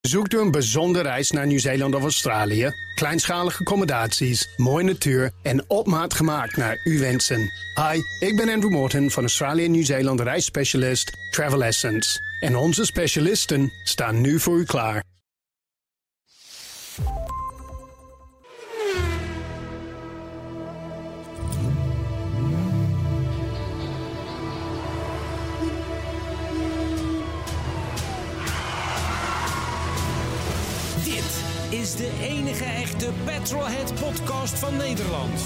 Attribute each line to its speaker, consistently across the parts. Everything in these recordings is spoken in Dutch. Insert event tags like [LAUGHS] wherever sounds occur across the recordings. Speaker 1: Zoekt u een bijzondere reis naar Nieuw-Zeeland of Australië? Kleinschalige accommodaties, mooie natuur en op maat gemaakt naar uw wensen. Hi, ik ben Andrew Morton van Australië Nieuw-Zeeland reisspecialist Travel Essence. En onze specialisten staan nu voor u klaar.
Speaker 2: Dit is de enige echte Petrolhead podcast van Nederland.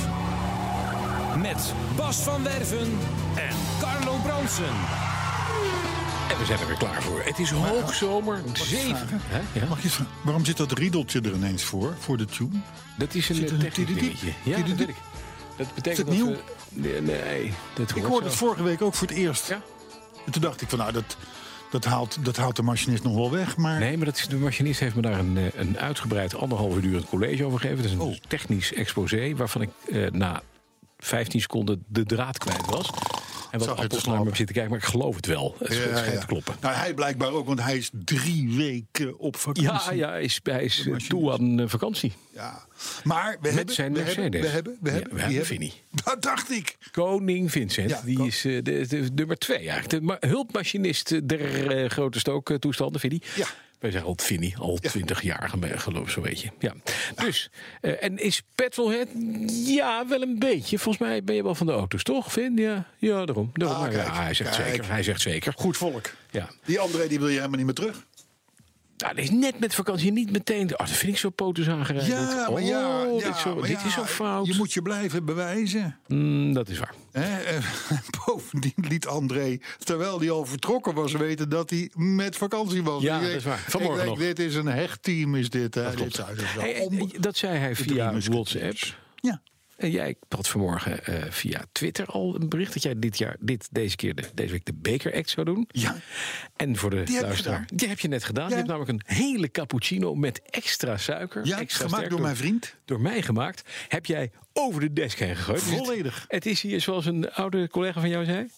Speaker 2: Met Bas van Werven en Carlo Bronsen.
Speaker 3: En we zijn er weer klaar voor. Het is hoogzomer,
Speaker 4: eh,
Speaker 3: zeven. Hè? Ja?
Speaker 4: Mag ik eens vragen, waarom zit dat riedeltje er ineens voor, voor de tune?
Speaker 3: Dat is een
Speaker 4: Zit er
Speaker 3: eh,
Speaker 4: een
Speaker 3: technisch
Speaker 4: tididiep?
Speaker 3: dingetje. Ja, dat
Speaker 4: Tididiep?
Speaker 3: weet ik. Dat betekent
Speaker 4: Is het
Speaker 3: dat
Speaker 4: nieuw?
Speaker 3: we- Nee, nee, dat
Speaker 4: Ik
Speaker 3: hoort
Speaker 4: hoorde
Speaker 3: zo.
Speaker 4: het vorige week ook voor het eerst.
Speaker 3: Ja?
Speaker 4: En toen dacht ik van, nou, dat, dat, haalt, dat haalt de machinist nog wel weg. Maar
Speaker 3: Nee, maar dat is, de machinist heeft me daar een, eh, een uitgebreid anderhalf uur een college over gegeven. Dat is een
Speaker 4: Oh.
Speaker 3: technisch exposé waarvan ik eh, na 15 seconden de draad kwijt was. En
Speaker 4: het
Speaker 3: wat appels naar me
Speaker 4: slapen.
Speaker 3: heb zitten kijken, maar ik geloof het wel. Het schijnt te kloppen.
Speaker 4: Nou, hij blijkbaar ook, want hij is drie weken op
Speaker 3: Ja,
Speaker 4: vakantie.
Speaker 3: ja, hij is, hij is
Speaker 4: machinist.
Speaker 3: toe aan eh, vakantie.
Speaker 4: Ja. Maar we hebben,
Speaker 3: zijn
Speaker 4: we
Speaker 3: Mercedes.
Speaker 4: hebben, we hebben, we
Speaker 3: Ja,
Speaker 4: hebben,
Speaker 3: we
Speaker 4: die
Speaker 3: hebben
Speaker 4: Dat dacht ik.
Speaker 3: Koning Vincent,
Speaker 4: Ja,
Speaker 3: die
Speaker 4: kon-
Speaker 3: is eh, de, de nummer twee eigenlijk. De ma- hulpmachinist eh, der eh, grote stooktoestanden, Vinnie.
Speaker 4: Ja.
Speaker 3: Wij zeggen altijd Vinnie, al
Speaker 4: Ja. Ah.
Speaker 3: twintig jaar geme- geloof ik zo'n beetje. Ja. Dus, eh, en is petrolhead? Ja, wel een beetje. Volgens mij ben je wel van de auto's, toch, Vin? Ja, ja daarom. daarom.
Speaker 4: Ah,
Speaker 3: Maar ja,
Speaker 4: kijk,
Speaker 3: hij zegt
Speaker 4: kijk.
Speaker 3: zeker, hij zegt zeker.
Speaker 4: Goed volk.
Speaker 3: Ja.
Speaker 4: Die André, die wil je helemaal niet meer terug.
Speaker 3: Nou, dat is net met vakantie niet meteen... Oh, dat vind ik zo potus aangerijden.
Speaker 4: Ja, maar ja.
Speaker 3: Oh,
Speaker 4: ja,
Speaker 3: dit, is zo,
Speaker 4: maar
Speaker 3: dit
Speaker 4: ja,
Speaker 3: is zo fout.
Speaker 4: Je moet je blijven bewijzen.
Speaker 3: Mm, dat is waar.
Speaker 4: Hè, eh, [LAUGHS] bovendien liet André, terwijl hij al vertrokken was, weten dat hij met vakantie was.
Speaker 3: Ja,
Speaker 4: Ik denk-
Speaker 3: dat is waar. Vanmorgen
Speaker 4: ik denk,
Speaker 3: nog.
Speaker 4: Dit is een hecht team, is dit. hè. Dit
Speaker 3: Klopt.
Speaker 4: zou- dit is wel
Speaker 3: Hey, eh,
Speaker 4: om-
Speaker 3: dat zei hij
Speaker 4: drie
Speaker 3: via
Speaker 4: musketeers.
Speaker 3: WhatsApp.
Speaker 4: Ja.
Speaker 3: En jij had vanmorgen eh, via Twitter al een bericht dat jij dit jaar, dit, deze keer, de, deze week de Baker Act zou doen.
Speaker 4: Ja.
Speaker 3: En voor de
Speaker 4: Die heb ik
Speaker 3: luisteraar,
Speaker 4: gedaan.
Speaker 3: die heb je net gedaan. Je
Speaker 4: Ja.
Speaker 3: hebt namelijk een hele cappuccino met extra suiker.
Speaker 4: Ja,
Speaker 3: extra
Speaker 4: gemaakt
Speaker 3: sterk
Speaker 4: door mijn vriend.
Speaker 3: Door mij gemaakt. Heb jij over de desk heen gegooid. Dus het-
Speaker 4: Volledig.
Speaker 3: Het is hier, zoals een oude collega van jou zei,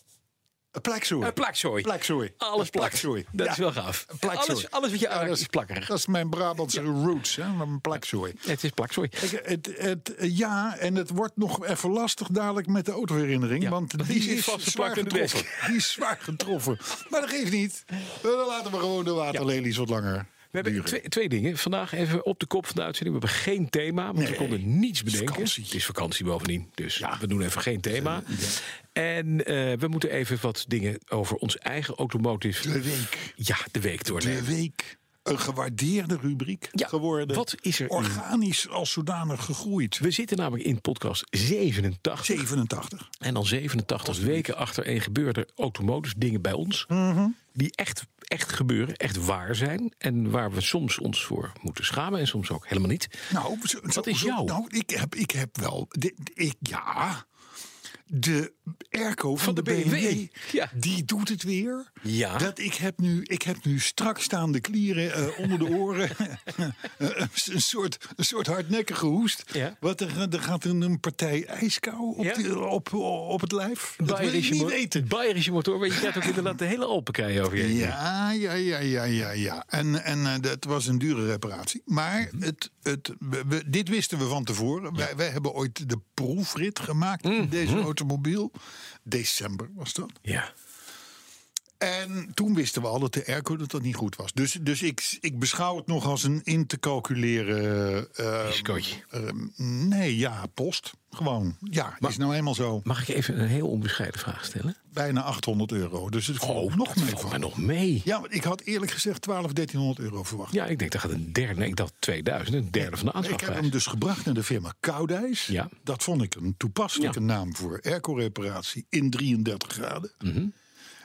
Speaker 4: Een plakzooi.
Speaker 3: een plakzooi.
Speaker 4: Plakzooi.
Speaker 3: Alles
Speaker 4: Een
Speaker 3: plakt.
Speaker 4: plakzooi.
Speaker 3: Dat
Speaker 4: Ja.
Speaker 3: is wel gaaf.
Speaker 4: Een plakzooi.
Speaker 3: Alles, alles wat je
Speaker 4: Ja,
Speaker 3: aanraakt
Speaker 4: dat
Speaker 3: is plakkerig.
Speaker 4: Dat is mijn Brabantse roots, hè? een plakzooi.
Speaker 3: Het is plakzooi.
Speaker 4: Kijk, het, het, ja, en het wordt nog even lastig dadelijk met de autoherinnering.
Speaker 3: Ja,
Speaker 4: want
Speaker 3: want
Speaker 4: die,
Speaker 3: die is
Speaker 4: is
Speaker 3: vastgeplakt
Speaker 4: zwaar
Speaker 3: in de
Speaker 4: getroffen.
Speaker 3: desk.
Speaker 4: Die is zwaar getroffen. Maar dat geeft niet. Nou, Dan laten we gewoon de waterlelies wat langer
Speaker 3: We hebben
Speaker 4: duren.
Speaker 3: twee, twee dingen. Vandaag even op de kop van de uitzending. We hebben geen thema, want we
Speaker 4: Nee.
Speaker 3: konden niets bedenken.
Speaker 4: vakantie. Eh,
Speaker 3: Het is vakantie bovendien, dus we doen even geen thema. En eh, we moeten even wat dingen over ons eigen automotive...
Speaker 4: De week.
Speaker 3: Ja, de week doornemen.
Speaker 4: De week. Een gewaardeerde rubriek
Speaker 3: Ja,
Speaker 4: geworden.
Speaker 3: wat is er-
Speaker 4: Organisch als zodanig gegroeid.
Speaker 3: We zitten namelijk in podcast 87.
Speaker 4: 87.
Speaker 3: En al 87 weken achtereen gebeuren er automotive dingen bij ons...
Speaker 4: Mhm.
Speaker 3: die echt, echt gebeuren, echt waar zijn... en waar we soms ons voor moeten schamen en soms ook helemaal niet.
Speaker 4: Nou, zo- zo-
Speaker 3: is
Speaker 4: zo-
Speaker 3: jou?
Speaker 4: Nou, ik heb, ik heb wel. de- de- ik, ja. De airco van,
Speaker 3: de
Speaker 4: de,
Speaker 3: BMW,
Speaker 4: BMW,
Speaker 3: ja.
Speaker 4: die doet het weer.
Speaker 3: Ja.
Speaker 4: Dat ik, heb nu, ik heb nu strak staande klieren eh, onder de oren. [LAUGHS] Eh, een, soort, een soort hardnekkige hoest.
Speaker 3: Ja.
Speaker 4: Wat er, eh, er gaat een, een partij ijskou op,
Speaker 3: Ja.
Speaker 4: de- op, op het lijf. Dat wil ik
Speaker 3: Bayerische
Speaker 4: niet
Speaker 3: mo-
Speaker 4: weten.
Speaker 3: Bayerische motor, weet je krijgt ook inderdaad de hele Alpenkei over je. heen.
Speaker 4: Ja, ja, ja, ja, ja, ja. En, en eh, dat was een dure reparatie. Maar het, het, we- we- dit wisten we van tevoren. Wij, wij hebben ooit de proefrit gemaakt in deze automobiel. December was dat.
Speaker 3: Ja.
Speaker 4: En toen wisten we al dat de airco dat dat niet goed was. Dus, dus ik, ik beschouw het nog als een in te calculeren... eh,
Speaker 3: Risicootje.
Speaker 4: eh, nee, ja, post. Gewoon. Ja, is nou eenmaal zo.
Speaker 3: Mag ik even een heel onbescheiden vraag stellen?
Speaker 4: Bijna 800 euro. Dus het valt nog
Speaker 3: dat
Speaker 4: meer
Speaker 3: Oh, valt mij
Speaker 4: van.
Speaker 3: nog mee. Ja.
Speaker 4: Ja, want ik had eerlijk gezegd 12, 1300 euro verwacht.
Speaker 3: ik denk dat gaat een derde, nee, ik dacht 2000, een derde van de
Speaker 4: Ik heb hem
Speaker 3: aanslagprijs.
Speaker 4: dus gebracht naar de firma Koudijs.
Speaker 3: Ja.
Speaker 4: Dat vond ik een toepasselijke
Speaker 3: Ja.
Speaker 4: naam voor airco-reparatie in 33 graden.
Speaker 3: Mhm.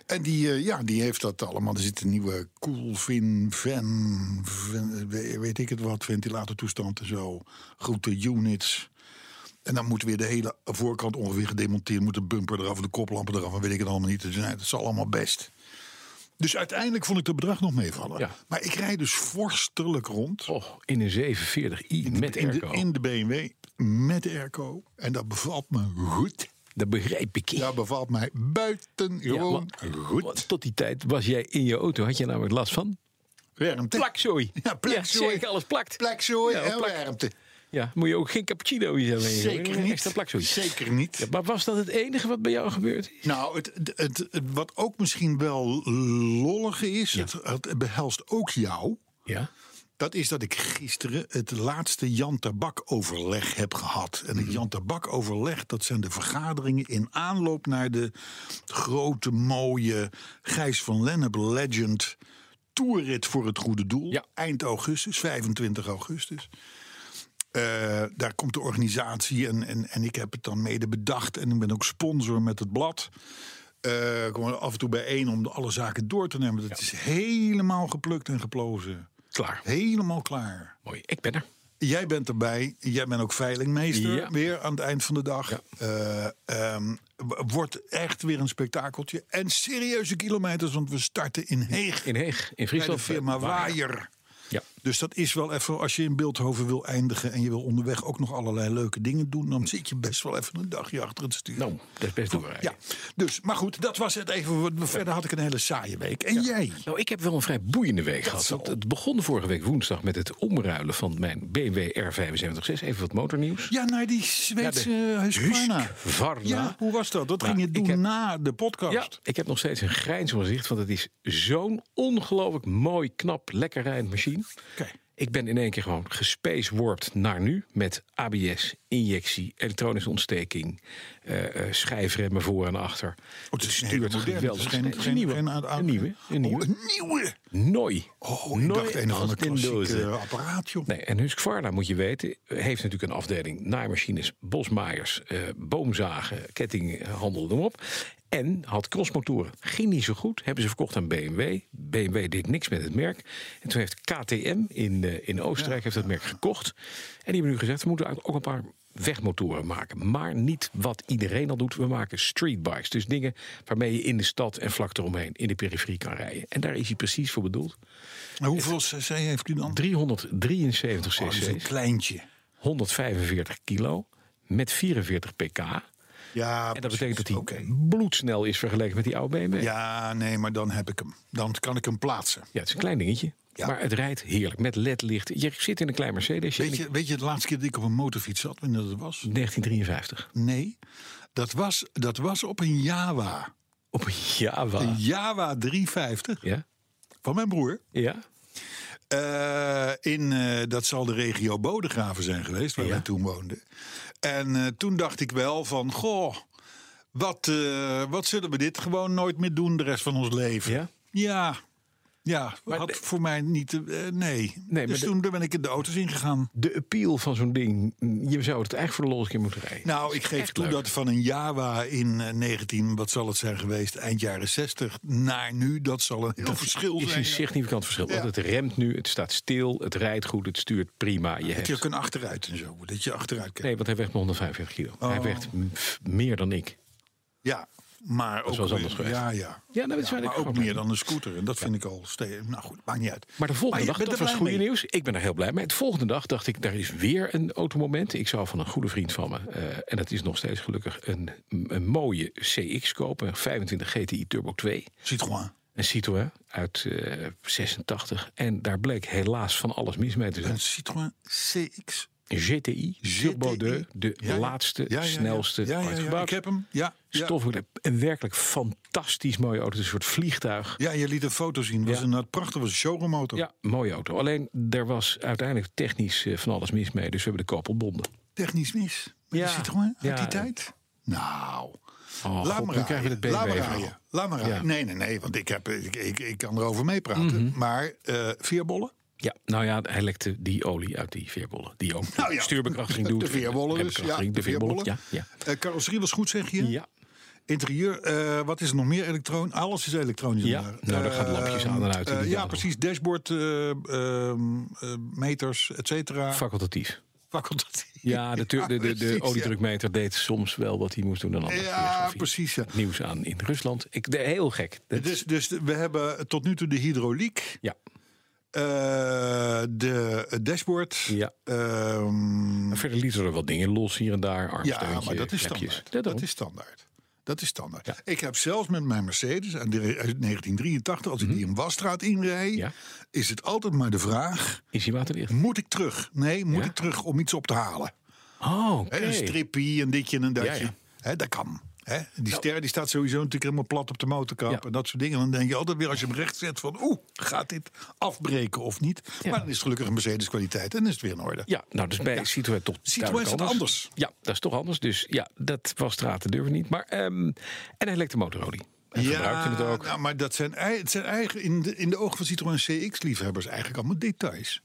Speaker 4: En die, eh, ja, die heeft dat allemaal. Er zit een nieuwe Coolfin Van, van- we- weet ik het wat, ventilatortoestand en zo. Grote units. En dan moet weer de hele voorkant ongeveer gedemonteerd. Moet de bumper eraf, de koplampen eraf en weet ik het allemaal niet. Dus nee, dat is allemaal best. Dus uiteindelijk vond ik het bedrag nog meevallen.
Speaker 3: Ja.
Speaker 4: Maar ik rijd dus vorstelijk rond
Speaker 3: Oh, in een 740i met
Speaker 4: in de,
Speaker 3: airco.
Speaker 4: in de BMW met airco. En dat bevalt me goed.
Speaker 3: Dat begrijp ik.
Speaker 4: Dat bevalt mij buitengewoon
Speaker 3: Ja, want-
Speaker 4: goed.
Speaker 3: want Tot die tijd was jij in je auto, had je namelijk last van?
Speaker 4: Warmte.
Speaker 3: Plakzooi.
Speaker 4: Ja, plakzooi.
Speaker 3: zeker, alles plakt.
Speaker 4: Plakzooi
Speaker 3: Ja,
Speaker 4: en
Speaker 3: plak-
Speaker 4: warmte.
Speaker 3: Ja, moet je ook geen cappuccino hier hebben.
Speaker 4: Zeker
Speaker 3: Een
Speaker 4: niet.
Speaker 3: Extra plakzooi.
Speaker 4: Zeker niet.
Speaker 3: Ja, maar was dat het enige wat bij jou gebeurd is?
Speaker 4: Nou, het, het, het- het- wat ook misschien wel lollig is, het, het behelst ook jou.
Speaker 3: Ja.
Speaker 4: Dat is dat ik gisteren het laatste Jan Tabak-overleg heb gehad. En het Jan Tabak-overleg, dat zijn de vergaderingen in aanloop naar de grote, mooie Gijs van Lennep Legend Tourrit voor het Goede Doel.
Speaker 3: Ja.
Speaker 4: Eind augustus, 25 augustus. Eh, daar komt de organisatie en, en, en ik heb het dan mede bedacht. En ik ben ook sponsor met het blad. Eh, ik kom er af en toe bijeen om de- alle zaken door te nemen. Dat is helemaal geplukt en geplozen.
Speaker 3: Klaar.
Speaker 4: Helemaal klaar.
Speaker 3: Mooi, ik ben er.
Speaker 4: Jij bent erbij. Jij bent ook veilingmeester
Speaker 3: Ja.
Speaker 4: weer aan het eind van de dag. Eh, ehm, w- wordt echt weer een spektakeltje. En serieuze kilometers, want we starten in Heeg.
Speaker 3: In Heeg, in
Speaker 4: bij de
Speaker 3: Friesland.
Speaker 4: firma Waaier.
Speaker 3: Ja.
Speaker 4: Dus dat is wel even, als je in Beeldhoven wil eindigen... en je wil onderweg ook nog allerlei leuke dingen doen... dan zit je best wel even een dagje achter het stuur.
Speaker 3: Nou, dat is best doorrijden.
Speaker 4: Ja, dus, maar goed, dat was het even. Verder had ik een hele saaie week. En jij?
Speaker 3: Nou, ik heb wel een vrij boeiende week gehad.
Speaker 4: zo.
Speaker 3: Want Het begon vorige week woensdag met het omruilen van mijn BMW R756. Even wat motornieuws.
Speaker 4: Ja, naar die Zweedse
Speaker 3: Ja, de
Speaker 4: eh, Husqvarna.
Speaker 3: Husqvarna.
Speaker 4: Ja, hoe was dat? Dat
Speaker 3: Nou,
Speaker 4: ging je
Speaker 3: ik
Speaker 4: doen
Speaker 3: heb-
Speaker 4: na de podcast. Oh,
Speaker 3: Ja, ik heb nog steeds een grijns op mijn gezicht, want het is zo'n ongelooflijk mooi, knap, lekker rijdend machine.
Speaker 4: Oké.
Speaker 3: Ik ben in één keer gewoon gespacewarpt naar nu met ABS, injectie, elektronische ontsteking, eh, eh, schijfremmen voor en achter.
Speaker 4: Oh, het is een hele moderne. Het is
Speaker 3: geweldig.
Speaker 4: geen,
Speaker 3: Het is
Speaker 4: geen,
Speaker 3: dus een nieuwe.
Speaker 4: geen oud-
Speaker 3: Een nieuwe. Een
Speaker 4: Oh,
Speaker 3: nieuwe.
Speaker 4: een nieuwe.
Speaker 3: Nooi.
Speaker 4: Oh, ik dacht een of ander
Speaker 3: als in
Speaker 4: klassiek
Speaker 3: dozen.
Speaker 4: eh, apparaat, joh.
Speaker 3: Nee, en Husqvarna, moet je weten, heeft natuurlijk een afdeling naaimachines, bosmaaiers, eh, boomzagen, kettinghandel, noem op. En had crossmotoren. Ging niet zo goed. Hebben ze verkocht aan BMW. BMW deed niks met het merk. En toen heeft KTM in, eh, in Oostenrijk heeft dat merk gekocht. En die hebben nu gezegd, we moeten eigenlijk ook een paar wegmotoren maken. Maar niet wat iedereen al doet. We maken streetbikes. Dus dingen waarmee je in de stad en vlak eromheen in de periferie kan rijden. En daar is hij precies voor bedoeld.
Speaker 4: Maar hoeveel cc heeft u dan?
Speaker 3: 373
Speaker 4: Oh, dat is een
Speaker 3: cc.
Speaker 4: kleintje.
Speaker 3: 145 kilo met 44 pk.
Speaker 4: Ja,
Speaker 3: En dat betekent dat hij
Speaker 4: Oké.
Speaker 3: bloedsnel is vergeleken met die oude BMW. Ja,
Speaker 4: Ja, nee, maar dan heb ik hem. Dan kan ik hem plaatsen.
Speaker 3: het is een klein dingetje.
Speaker 4: Ja.
Speaker 3: Maar het rijdt heerlijk met ledlicht. Je zit in een klein Mercedes.
Speaker 4: Weet
Speaker 3: in
Speaker 4: je, weet je de laatste keer dat ik op een motorfiets zat, wanneer dat was?
Speaker 3: 1953.
Speaker 4: Nee, dat was, dat was op een Java.
Speaker 3: Op een [LAUGHS] Java.
Speaker 4: Een Java 350
Speaker 3: Ja?
Speaker 4: van mijn broer.
Speaker 3: Ja?
Speaker 4: Eh, in, eh, dat zal de regio Bodegraven zijn geweest, waar
Speaker 3: Ja.
Speaker 4: wij toen woonden. En eh, toen dacht ik wel van, goh, wat, eh, wat zullen we dit gewoon nooit meer doen de rest van ons leven?
Speaker 3: Ja?
Speaker 4: Ja, ja
Speaker 3: Maar
Speaker 4: had
Speaker 3: de-
Speaker 4: voor mij niet, eh, nee.
Speaker 3: maar
Speaker 4: Dus
Speaker 3: de-
Speaker 4: toen ben ik in de auto's ingegaan.
Speaker 3: De appeal van zo'n ding. Je zou het eigenlijk voor de lol keer moeten rijden.
Speaker 4: Nou, ik geef
Speaker 3: echt
Speaker 4: toe
Speaker 3: leuk.
Speaker 4: dat van een Java in eh, 19, wat zal het zijn geweest, eind jaren 60 naar nu, dat zal een heel verschil
Speaker 3: is
Speaker 4: zijn.
Speaker 3: een
Speaker 4: ja.
Speaker 3: significant verschil.
Speaker 4: Ja.
Speaker 3: Want het remt nu, het staat stil, het rijdt goed, het stuurt prima. Je
Speaker 4: Dat
Speaker 3: hebt...
Speaker 4: je kunt achteruit en zo, dat je achteruit kijkt.
Speaker 3: Nee, want hij weegt maar 145 kilo. Hij
Speaker 4: Oh.
Speaker 3: weegt m- f- meer dan ik.
Speaker 4: Ja, maar ook
Speaker 3: is wel eens anders
Speaker 4: weer-
Speaker 3: geweest.
Speaker 4: Ja, ja.
Speaker 3: Ja, nou, dat is waar ik
Speaker 4: maar ook
Speaker 3: gewoon-
Speaker 4: meer dan een scooter. En dat vind ik al steeds. Nou goed, maakt niet uit.
Speaker 3: Maar de volgende
Speaker 4: je
Speaker 3: dag,
Speaker 4: bent
Speaker 3: dat
Speaker 4: er
Speaker 3: was
Speaker 4: blij
Speaker 3: goede
Speaker 4: mee.
Speaker 3: nieuws. Ik ben er heel blij mee. De volgende dag dacht ik, daar is weer een automoment. Ik zou van een goede vriend van me, eh, en dat is nog steeds gelukkig, een, een mooie CX kopen. Een 25 GTI Turbo 2.
Speaker 4: Citroën.
Speaker 3: Een Citroën uit eh, 86. En daar bleek helaas van alles mis mee te zijn.
Speaker 4: Een Citroën CX.
Speaker 3: GTI, Turbo 2, de
Speaker 4: Ja, ja.
Speaker 3: laatste,
Speaker 4: Ja, ja, ja.
Speaker 3: snelste
Speaker 4: Ja, ja, ja,
Speaker 3: uitgebouwd.
Speaker 4: Ik heb hem. Ja, ja.
Speaker 3: Stof, een werkelijk fantastisch mooie auto. Het is een soort vliegtuig.
Speaker 4: ja, je liet een foto zien. Was
Speaker 3: Ja.
Speaker 4: een prachtig was een showroomauto.
Speaker 3: Ja, mooie auto. Alleen, er was uiteindelijk technisch eh, van alles mis mee. Dus we hebben de koop ontbonden.
Speaker 4: Technisch mis. Met
Speaker 3: Ja.
Speaker 4: de Citroën uit
Speaker 3: Ja.
Speaker 4: die tijd. Nou.
Speaker 3: Oh,
Speaker 4: Laat
Speaker 3: god,
Speaker 4: maar
Speaker 3: nu krijgen we
Speaker 4: rijden.
Speaker 3: het
Speaker 4: Laat maar
Speaker 3: BMW-verhaal.
Speaker 4: rijden. Laat maar rijden.
Speaker 3: Ja. Mhm.
Speaker 4: Nee, nee, nee. Want ik, heb, ik, ik, ik kan erover meepraten. Maar eh veerbollen?
Speaker 3: Ja, nou ja, hij lekte die olie uit die veerbollen. Die ook
Speaker 4: Nou ja.
Speaker 3: stuurbekrachtiging doet.
Speaker 4: [LAUGHS] De veerbollen dus. Ja,
Speaker 3: Rembekrachtiging, de veerbollen. Ja, ja.
Speaker 4: Eh, carrosserie was goed, zeg je?
Speaker 3: ja.
Speaker 4: Interieur, eh, wat is er nog meer elektroon? Alles is elektronisch.
Speaker 3: Ja,
Speaker 4: daar.
Speaker 3: nou, daar gaan lampjes aan en uit en
Speaker 4: eh,
Speaker 3: die
Speaker 4: ja,
Speaker 3: gaan
Speaker 4: precies. Dashboard, eh, ehm, eh, meters, et cetera.
Speaker 3: Facultatief.
Speaker 4: Facultatief.
Speaker 3: Ja, de, tur- de, de, de
Speaker 4: precies,
Speaker 3: oliedrukmeter deed soms wel wat hij moest doen. Dan
Speaker 4: Ja,
Speaker 3: anders.
Speaker 4: ja
Speaker 3: Weer zo'n
Speaker 4: precies. Ja.
Speaker 3: Nieuws aan in Rusland. Ik, de, heel gek. Dat-
Speaker 4: Dus, dus we hebben tot nu toe de hydrauliek,
Speaker 3: ja,
Speaker 4: eh, de het dashboard.
Speaker 3: ja.
Speaker 4: ehm,
Speaker 3: Maar verder lieten er wel dingen los hier en daar.
Speaker 4: ja,
Speaker 3: Armsteuntje,
Speaker 4: maar dat is
Speaker 3: klepjes.
Speaker 4: standaard.
Speaker 3: Ja,
Speaker 4: Dat
Speaker 3: daarom.
Speaker 4: is standaard. Dat is standaard.
Speaker 3: Ja.
Speaker 4: Ik heb zelfs met mijn Mercedes uit de- uit 1983, als ik die in Wasstraat inrijd,
Speaker 3: Mhm. Ja.
Speaker 4: is het altijd maar de vraag:
Speaker 3: Is hij waterdicht?
Speaker 4: moet ik terug? Nee, moet
Speaker 3: Ja.
Speaker 4: ik terug om iets op te halen?
Speaker 3: Oh, oké.
Speaker 4: Hè, Een strippie, een ditje en een datje.
Speaker 3: Ja, ja.
Speaker 4: Hè, dat kan. Hè? Die ster die staat sowieso natuurlijk helemaal plat op de motorkap
Speaker 3: Ja.
Speaker 4: en dat soort dingen. Dan denk je altijd weer als je hem recht zet van oeh, gaat dit afbreken of niet?
Speaker 3: Ja.
Speaker 4: Maar dan is het gelukkig een Mercedes kwaliteit en dan is het weer in orde.
Speaker 3: Ja, nou, dus bij Citroën toch
Speaker 4: Citroën
Speaker 3: duidelijk
Speaker 4: is dat anders.
Speaker 3: Ja, dat is toch anders. Dus ja, dat was straat, dat durven we niet. Maar, ehm, en hij lekte motorolie. En gebruikte het ook.
Speaker 4: nou, maar dat zijn, ei- het zijn eigen, in, de, in de ogen van Citroën CX-liefhebbers eigenlijk allemaal details.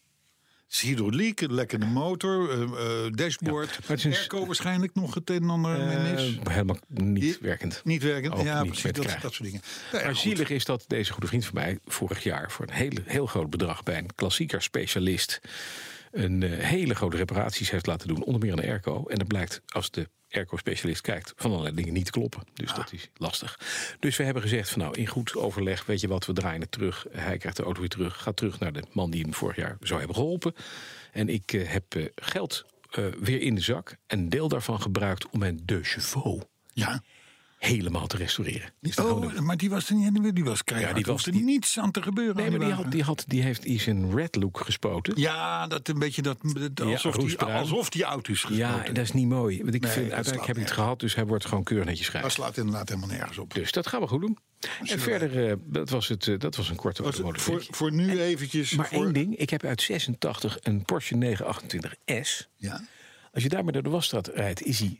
Speaker 4: Hydrauliek, een lekkende motor, eh, eh, dashboard,
Speaker 3: maar het is een s-
Speaker 4: airco waarschijnlijk nog het een en ander. mee mis.
Speaker 3: Eh, helemaal niet
Speaker 4: Je-
Speaker 3: werkend.
Speaker 4: Niet werkend,
Speaker 3: Ook
Speaker 4: ja
Speaker 3: niet mee
Speaker 4: precies,
Speaker 3: te
Speaker 4: dat,
Speaker 3: krijgen.
Speaker 4: dat soort dingen. Nou ja,
Speaker 3: maar
Speaker 4: goed.
Speaker 3: zielig is dat deze goede vriend van mij vorig jaar voor een hele, heel groot bedrag bij een klassieker specialist een eh, hele grote reparaties heeft laten doen, onder meer aan de airco. En dat blijkt als de airco-specialist kijkt van allerlei dingen niet te kloppen.
Speaker 4: Ah.
Speaker 3: Dus dat is lastig. Dus we hebben gezegd van nou, in goed overleg, weet je wat, we draaien het terug. Hij krijgt de auto weer terug, gaat terug naar de man die hem vorig jaar zou hebben geholpen. En ik eh, heb eh, geld eh, weer in de zak en een deel daarvan gebruikt om mijn deux chevaux
Speaker 4: Ja.
Speaker 3: helemaal te restaureren. Die is er gewoon
Speaker 4: Oh, maar die was er niet, die was keihard.
Speaker 3: Ja,
Speaker 4: Ja,
Speaker 3: die
Speaker 4: die
Speaker 3: was-
Speaker 4: was er
Speaker 3: die-
Speaker 4: niets aan te gebeuren.
Speaker 3: Nee,
Speaker 4: aan
Speaker 3: maar die,
Speaker 4: wagen.
Speaker 3: had, die, had, die heeft iets een red look gespoten.
Speaker 4: Ja, dat een beetje dat, dat- alsof, die,
Speaker 3: roestbruin.
Speaker 4: alsof die auto is geschoten.
Speaker 3: Ja, en dat is niet mooi. Want ik
Speaker 4: Nee,
Speaker 3: vind,
Speaker 4: dat
Speaker 3: uiteindelijk heb ik
Speaker 4: slaat
Speaker 3: het
Speaker 4: nergens.
Speaker 3: gehad, dus hij wordt gewoon keurig netjes
Speaker 4: Dat
Speaker 3: grijs.
Speaker 4: slaat inderdaad helemaal nergens op.
Speaker 3: Dus dat gaan we goed doen. En
Speaker 4: Zullen
Speaker 3: verder, eh, dat, was het, eh, dat was een korte
Speaker 4: Was het
Speaker 3: automotive
Speaker 4: voor,
Speaker 3: week.
Speaker 4: voor nu eventjes...
Speaker 3: Maar
Speaker 4: voor,
Speaker 3: één ding, ik heb uit 86 een Porsche 928S.
Speaker 4: Ja.
Speaker 3: Als je daarmee door de wasstraat rijdt, is hij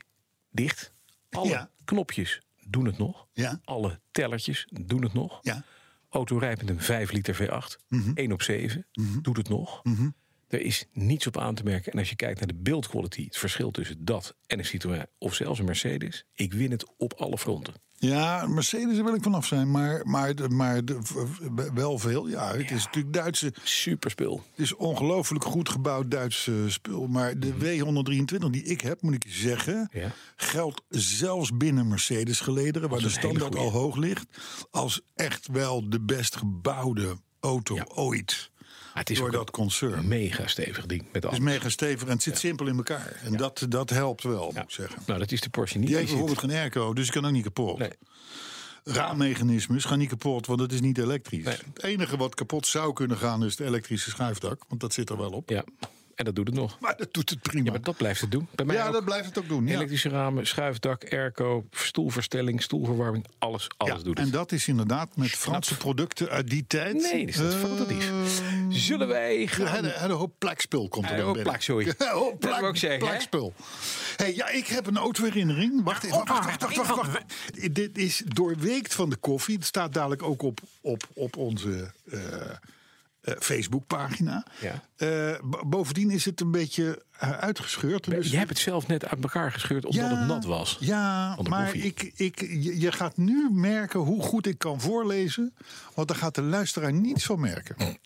Speaker 3: dicht. Alle
Speaker 4: Ja.
Speaker 3: knopjes doen het nog.
Speaker 4: Ja.
Speaker 3: Alle tellertjes doen het nog.
Speaker 4: Ja.
Speaker 3: Auto rijdt met een 5 liter V8,
Speaker 4: Mhm.
Speaker 3: 1 op 7, doet het nog. Er is niets op aan te merken. En als je kijkt naar de buildquality, het verschil tussen dat en een Citroën of zelfs een Mercedes, ik win het op alle fronten.
Speaker 4: Ja, Mercedes daar wil ik vanaf zijn, maar, maar, de- maar de- w- wel veel. Ja, het is natuurlijk Duitse, het
Speaker 3: Super spul.
Speaker 4: is ongelooflijk goed gebouwd Duitse spul. Maar de W123 die ik heb, moet ik je zeggen,
Speaker 3: Mhm. Ja.
Speaker 4: geldt zelfs binnen Mercedes gelederen, waar
Speaker 3: Als
Speaker 4: de
Speaker 3: een hele
Speaker 4: standaard al
Speaker 3: goeie.
Speaker 4: hoog ligt, als echt wel de best gebouwde auto
Speaker 3: Ja.
Speaker 4: ooit
Speaker 3: Maar het is
Speaker 4: door
Speaker 3: ook
Speaker 4: dat concern.
Speaker 3: een mega stevig ding met
Speaker 4: Het
Speaker 3: alles.
Speaker 4: is mega stevig en het zit simpel in elkaar. En dat, dat helpt wel, moet ik zeggen.
Speaker 3: Nou, dat is de Porsche niet.
Speaker 4: Die
Speaker 3: Die
Speaker 4: heeft
Speaker 3: zit-
Speaker 4: bijvoorbeeld geen airco, dus die kan ook niet kapot.
Speaker 3: Nee.
Speaker 4: Raammechanismes gaan niet kapot, want het is niet elektrisch.
Speaker 3: Nee.
Speaker 4: Het enige wat kapot zou kunnen gaan is het elektrische schuifdak, want dat zit er wel op.
Speaker 3: Ja, en dat doet het nog.
Speaker 4: Maar dat doet het prima.
Speaker 3: Ja, maar dat blijft het doen. Bij mij ook.
Speaker 4: dat blijft het ook doen. Ja.
Speaker 3: Elektrische ramen, schuifdak, airco, stoelverstelling, stoelverwarming. Alles, alles
Speaker 4: Ja,
Speaker 3: doet het.
Speaker 4: En dat is inderdaad met Franse producten uit die tijd. Ehm,
Speaker 3: Nee, dat is niet
Speaker 4: Eh,
Speaker 3: fantastisch. Zullen wij
Speaker 4: Ja,
Speaker 3: gaan...
Speaker 4: en een hele hoop plakspul komt er
Speaker 3: Een
Speaker 4: dan
Speaker 3: hoop
Speaker 4: binnen.
Speaker 3: plak,
Speaker 4: [LAUGHS]
Speaker 3: sorry.
Speaker 4: Een hoop
Speaker 3: Dat wou ik zeggen, hè?
Speaker 4: plakspul. Hey, ja, ik heb een autoherinnering. Wacht, even, wacht, wacht, wacht, wacht, wacht, Dit is doorweekt van de koffie. Het staat dadelijk ook op, op, op onze eh, eh, Facebookpagina.
Speaker 3: Ja.
Speaker 4: Eh, bo- bovendien is het een beetje eh, uitgescheurd. Dus
Speaker 3: Je hebt het zelf net uit elkaar gescheurd omdat het nat was.
Speaker 4: ja,
Speaker 3: Van de
Speaker 4: maar
Speaker 3: koffie.
Speaker 4: ik, ik, je, je gaat nu merken hoe goed ik kan voorlezen. Want daar gaat de luisteraar niets van merken.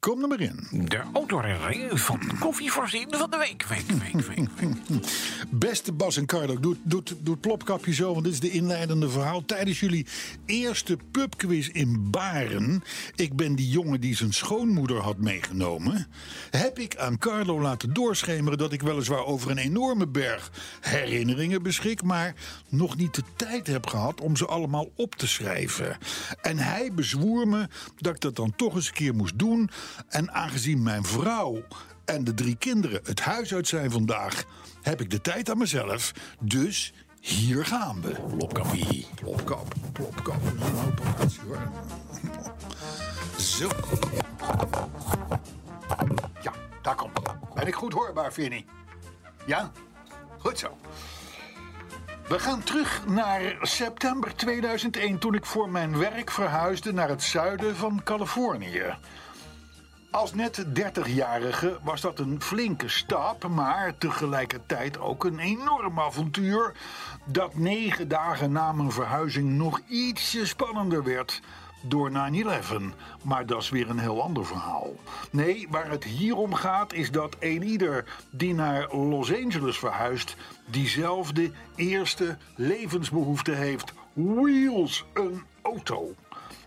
Speaker 4: Kom er maar in.
Speaker 5: De autoherinnering van koffie voorzien van de week. Week, week, week, week.
Speaker 4: [LAUGHS] Beste Bas en Carlo, doe, doe, doe het plopkapje zo, want dit is de inleidende verhaal. Tijdens jullie eerste pubquiz in Baren, ik ben die jongen die zijn schoonmoeder had meegenomen, heb ik aan Carlo laten doorschemeren dat ik weliswaar over een enorme berg herinneringen beschik, maar nog niet de tijd heb gehad om ze allemaal op te schrijven. En hij bezwoer me dat ik dat dan toch eens een keer moest doen. En aangezien mijn vrouw en de drie kinderen het huis uit zijn vandaag, heb ik de tijd aan mezelf. Dus hier gaan we. Plopkapie. Plopkap, plopkap. Een operatie hoor. Zo. Ja, daar komt. Ben ik goed hoorbaar, Vinnie? Ja? Goed zo. We gaan terug naar september 2001 toen ik voor mijn werk verhuisde naar het zuiden van Californië. Als net 30-jarige was dat een flinke stap, maar tegelijkertijd ook een enorm avontuur. Dat negen dagen na mijn verhuizing nog ietsje spannender werd door 9-11. Maar dat is weer een heel ander verhaal. Nee, waar het hier om gaat is dat een ieder die naar Los Angeles verhuist, diezelfde eerste levensbehoefte heeft: wheels, een auto.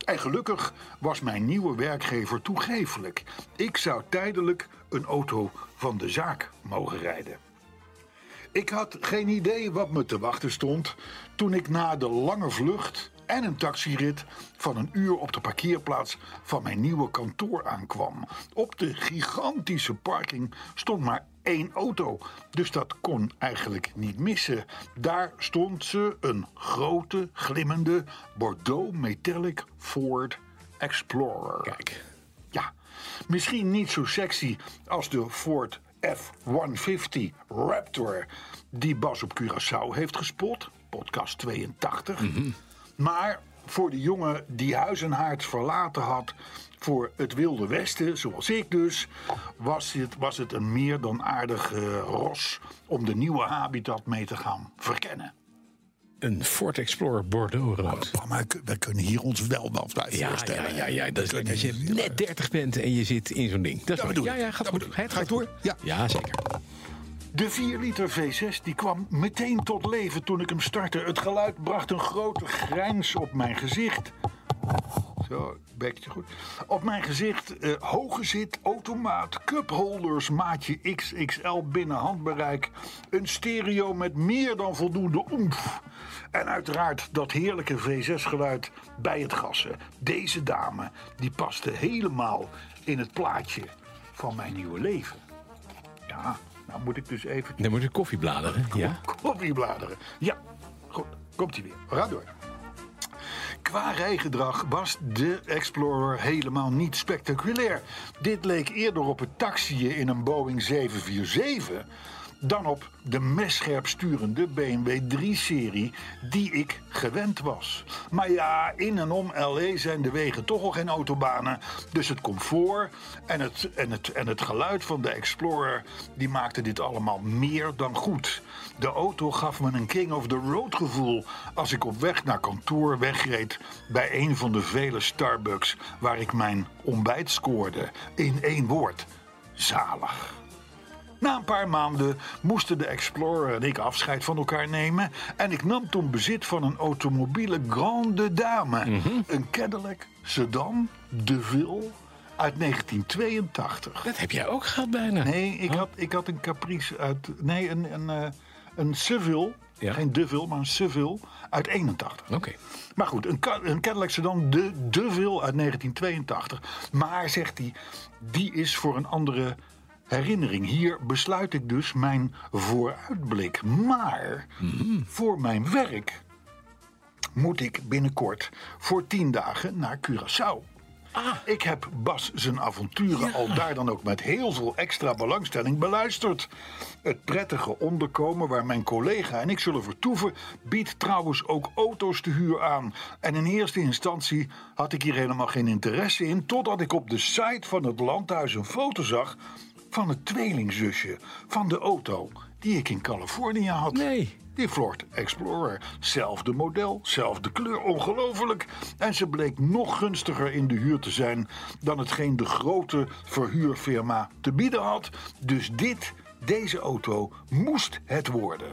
Speaker 4: En gelukkig was mijn nieuwe werkgever toegefelijk. Ik zou tijdelijk een auto van de zaak mogen rijden. Ik had geen idee wat me te wachten stond toen ik na de lange vlucht en een taxirit van een uur op de parkeerplaats van mijn nieuwe kantoor aankwam. Op de gigantische parking stond maar één auto, dus dat kon eigenlijk niet missen. Daar stond ze, een grote, glimmende Bordeaux Metallic Ford Explorer.
Speaker 3: Kijk,
Speaker 4: Ja, misschien niet zo sexy als de Ford F-150 Raptor die Bas op Curaçao heeft gespot, podcast 82. Maar voor de jongen die huis en haard verlaten had voor het Wilde Westen, zoals ik dus, was het, was het een meer dan aardige ros om de nieuwe habitat mee te gaan verkennen.
Speaker 3: [LAUGHS] een Ford Explorer Bordeaux rood.
Speaker 4: Maar we kunnen hier ons wel wat bij
Speaker 3: Ja, ja, ja, ja. Dat is lekker. Als je net 30 bent en je zit in zo'n ding. Dat is
Speaker 4: Dat
Speaker 3: mooi.
Speaker 4: bedoel
Speaker 3: ja,
Speaker 4: ik.
Speaker 3: ja, gaat
Speaker 4: Dat
Speaker 3: goed.
Speaker 4: bedoel ik.
Speaker 3: Het
Speaker 4: Gaat
Speaker 3: gaat door.
Speaker 4: goed. Ja.
Speaker 3: ja, zeker.
Speaker 4: De 4 liter V6 die kwam meteen tot leven toen ik hem startte. Het geluid bracht een grote grijns op mijn gezicht. Zo, bekje goed. Op mijn gezicht, eh hoge zit, automaat, cupholders, maatje XXL binnen handbereik. Een stereo met meer dan voldoende oemf. En uiteraard dat heerlijke V6-geluid bij het gassen. Deze dame, die paste helemaal in het plaatje van mijn nieuwe leven. Ja, nou moet ik dus even
Speaker 3: Dan moet je koffie bladeren. Ja.
Speaker 4: koffiebladeren. Ja, goed, komt hij weer. We gaan door. Qua rijgedrag was de Explorer helemaal niet spectaculair. Dit leek eerder op het taxiën in een Boeing 747 dan op de messcherp sturende BMW 3-serie die ik gewend was. Maar ja, in en om LA zijn de wegen toch al geen autobanen, dus het comfort en het, en het, en het geluid van de Explorer die maakte dit allemaal meer dan goed. De auto gaf me een king of the road gevoel als ik op weg naar kantoor wegreed bij een van de vele Starbucks waar ik mijn ontbijt scoorde. In één woord, zalig. Na een paar maanden moesten de Explorer en ik afscheid van elkaar nemen. En ik nam toen bezit van een automobiele Grande Dame. Een Cadillac Sedan De Ville uit 1982.
Speaker 3: Dat heb jij ook gehad bijna.
Speaker 4: Nee, ik, had, ik had een Caprice uit. Nee, een, een, eh, een Seville.
Speaker 3: Ja.
Speaker 4: Geen De Ville, maar een Seville uit 81.
Speaker 3: Oké.
Speaker 4: Maar goed, een, Ca- een Cadillac sedan, de, de Ville uit 1982. Maar, zegt hij, die is voor een andere herinnering. Hier besluit ik dus mijn vooruitblik. Maar voor mijn werk moet ik binnenkort voor tien dagen naar Curaçao. Ik heb Bas zijn avonturen al daar dan ook met heel veel extra belangstelling beluisterd. Het prettige onderkomen waar mijn collega en ik zullen vertoeven, biedt trouwens ook auto's te huur aan. En in eerste instantie had ik hier helemaal geen interesse in, totdat ik op de site van het landhuis een foto zag van het tweelingzusje van de auto die ik in Californië had.
Speaker 3: Nee.
Speaker 4: Die Ford Explorer. Zelfde model, zelfde kleur, ongelooflijk. En ze bleek nog gunstiger in de huur te zijn dan hetgeen de grote verhuurfirma te bieden had. Dus dit, deze auto, moest het worden.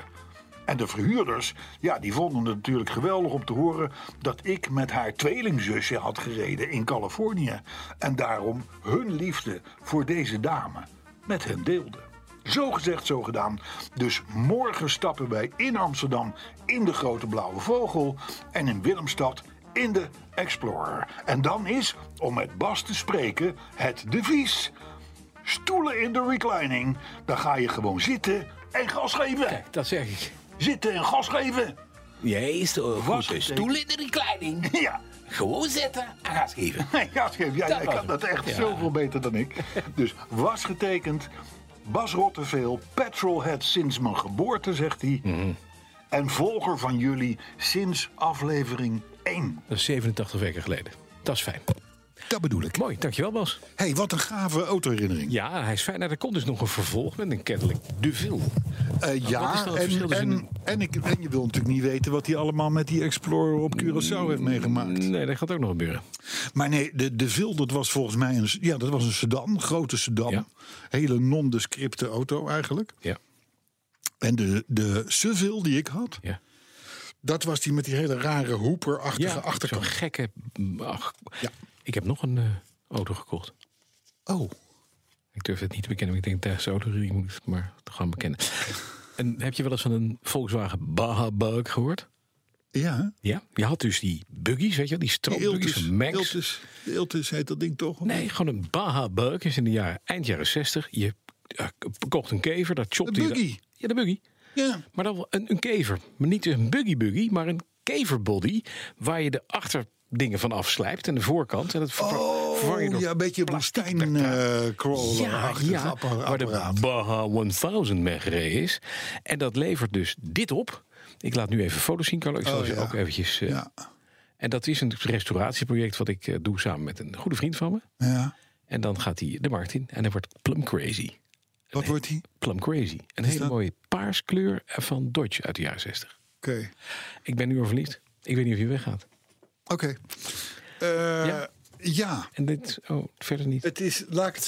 Speaker 4: En de verhuurders, ja, die vonden het natuurlijk geweldig om te horen dat ik met haar tweelingzusje had gereden in Californië. En daarom hun liefde voor deze dame met hen deelde. Zo gezegd, zo gedaan. Dus morgen stappen wij in Amsterdam in de Grote Blauwe Vogel en in Willemstad in de Explorer. En dan is, om met Bas te spreken, het devies. Stoelen in de reclining. Dan ga je gewoon zitten en gas geven.
Speaker 3: Dat zeg ik.
Speaker 4: Zitten en gas geven. [LAUGHS]
Speaker 5: Jij is de
Speaker 4: Wat
Speaker 5: goede
Speaker 4: een
Speaker 5: stoel in de reclining.
Speaker 4: Ja.
Speaker 5: Gewoon zetten en gas geven.
Speaker 4: Nee, ja, Schip, jij, jij
Speaker 3: was
Speaker 4: kan dat echt zoveel beter dan ik. Dus was getekend. Bas Rotteveel, petrolhead sinds mijn geboorte, zegt hij.
Speaker 3: Mhm.
Speaker 4: En volger van jullie sinds aflevering 1.
Speaker 3: Dat is 87 weken geleden. Dat is fijn.
Speaker 4: Dat bedoel ik.
Speaker 3: Mooi, dankjewel Bas.
Speaker 4: Hé, hey, wat een gave autoherinnering.
Speaker 3: Ja, hij is fijn. Nou, er komt dus nog een vervolg met een Cadillac Duville.
Speaker 4: Eh,
Speaker 3: wat is
Speaker 4: ja,
Speaker 3: dan het verschil
Speaker 4: en,
Speaker 3: tussen
Speaker 4: en, en, ik, en je wil natuurlijk niet weten wat hij allemaal met die Explorer op Curaçao heeft meegemaakt.
Speaker 3: Nee, dat gaat ook nog gebeuren.
Speaker 4: Maar nee, de, de Vil, dat was volgens mij een, ja, dat was een sedan, grote sedan.
Speaker 3: Ja.
Speaker 4: Hele nondescripte auto eigenlijk.
Speaker 3: Ja.
Speaker 4: En de, de Seville die ik had,
Speaker 3: ja.
Speaker 4: dat was die met die hele rare hoeperachtige
Speaker 3: Ja, zo'n
Speaker 4: achterkant.
Speaker 3: gekke... mm, Ach,
Speaker 4: Ja.
Speaker 3: Ik heb nog een eh, auto gekocht.
Speaker 4: Oh,
Speaker 3: Ik durf het niet te bekennen, maar ik denk tijdens de autoreview moet ik het maar toch gaan bekennen. En heb je wel eens van een Volkswagen Baja Bug gehoord?
Speaker 4: Ja,
Speaker 3: Ja. Je had dus die buggies, weet je wel, Oh, die
Speaker 4: de
Speaker 3: stroopbuggies
Speaker 4: Iltis.
Speaker 3: van Max.
Speaker 4: Iltis. De Iltis heet dat ding toch?
Speaker 3: Nee, gewoon een Baja Bug is in de jaren, eind jaren 60. Je eh, k- kocht een kever, daar chopte
Speaker 4: Een
Speaker 3: je...
Speaker 4: buggy.
Speaker 3: Ja, de buggy.
Speaker 4: Ja.
Speaker 3: Maar dan wel een, een kever. Maar niet een buggy-buggy, maar een keverbody... waar je de achterdingen van afslijpt en de voorkant. En dat verpa- vervang je
Speaker 4: Oh,
Speaker 3: door
Speaker 4: ja, een beetje woestijn-crawler-achtig
Speaker 3: ja, waar de
Speaker 4: apparaat.
Speaker 3: Baja 1000 mee gereden is. En dat levert dus dit op. Ik laat nu even foto's zien, Carlo. Ik zal
Speaker 4: Oh,
Speaker 3: ze
Speaker 4: ja.
Speaker 3: ook eventjes... eh,
Speaker 4: Ja,
Speaker 3: En dat is een restauratieproject wat ik eh, doe samen met een goede vriend van me.
Speaker 4: ja.
Speaker 3: En dan gaat hij de markt in en hij wordt plum crazy.
Speaker 4: Wat wordt die?
Speaker 3: Plum crazy. Een hele mooie paarskleur van Dodge uit de jaren 60.
Speaker 4: Oké.
Speaker 3: Ik ben nu al verliefd. Ik weet niet of je weggaat.
Speaker 4: Oké. Eh,
Speaker 3: Ja.
Speaker 4: ja.
Speaker 3: En dit, oh, verder niet.
Speaker 4: het is, laat ik het,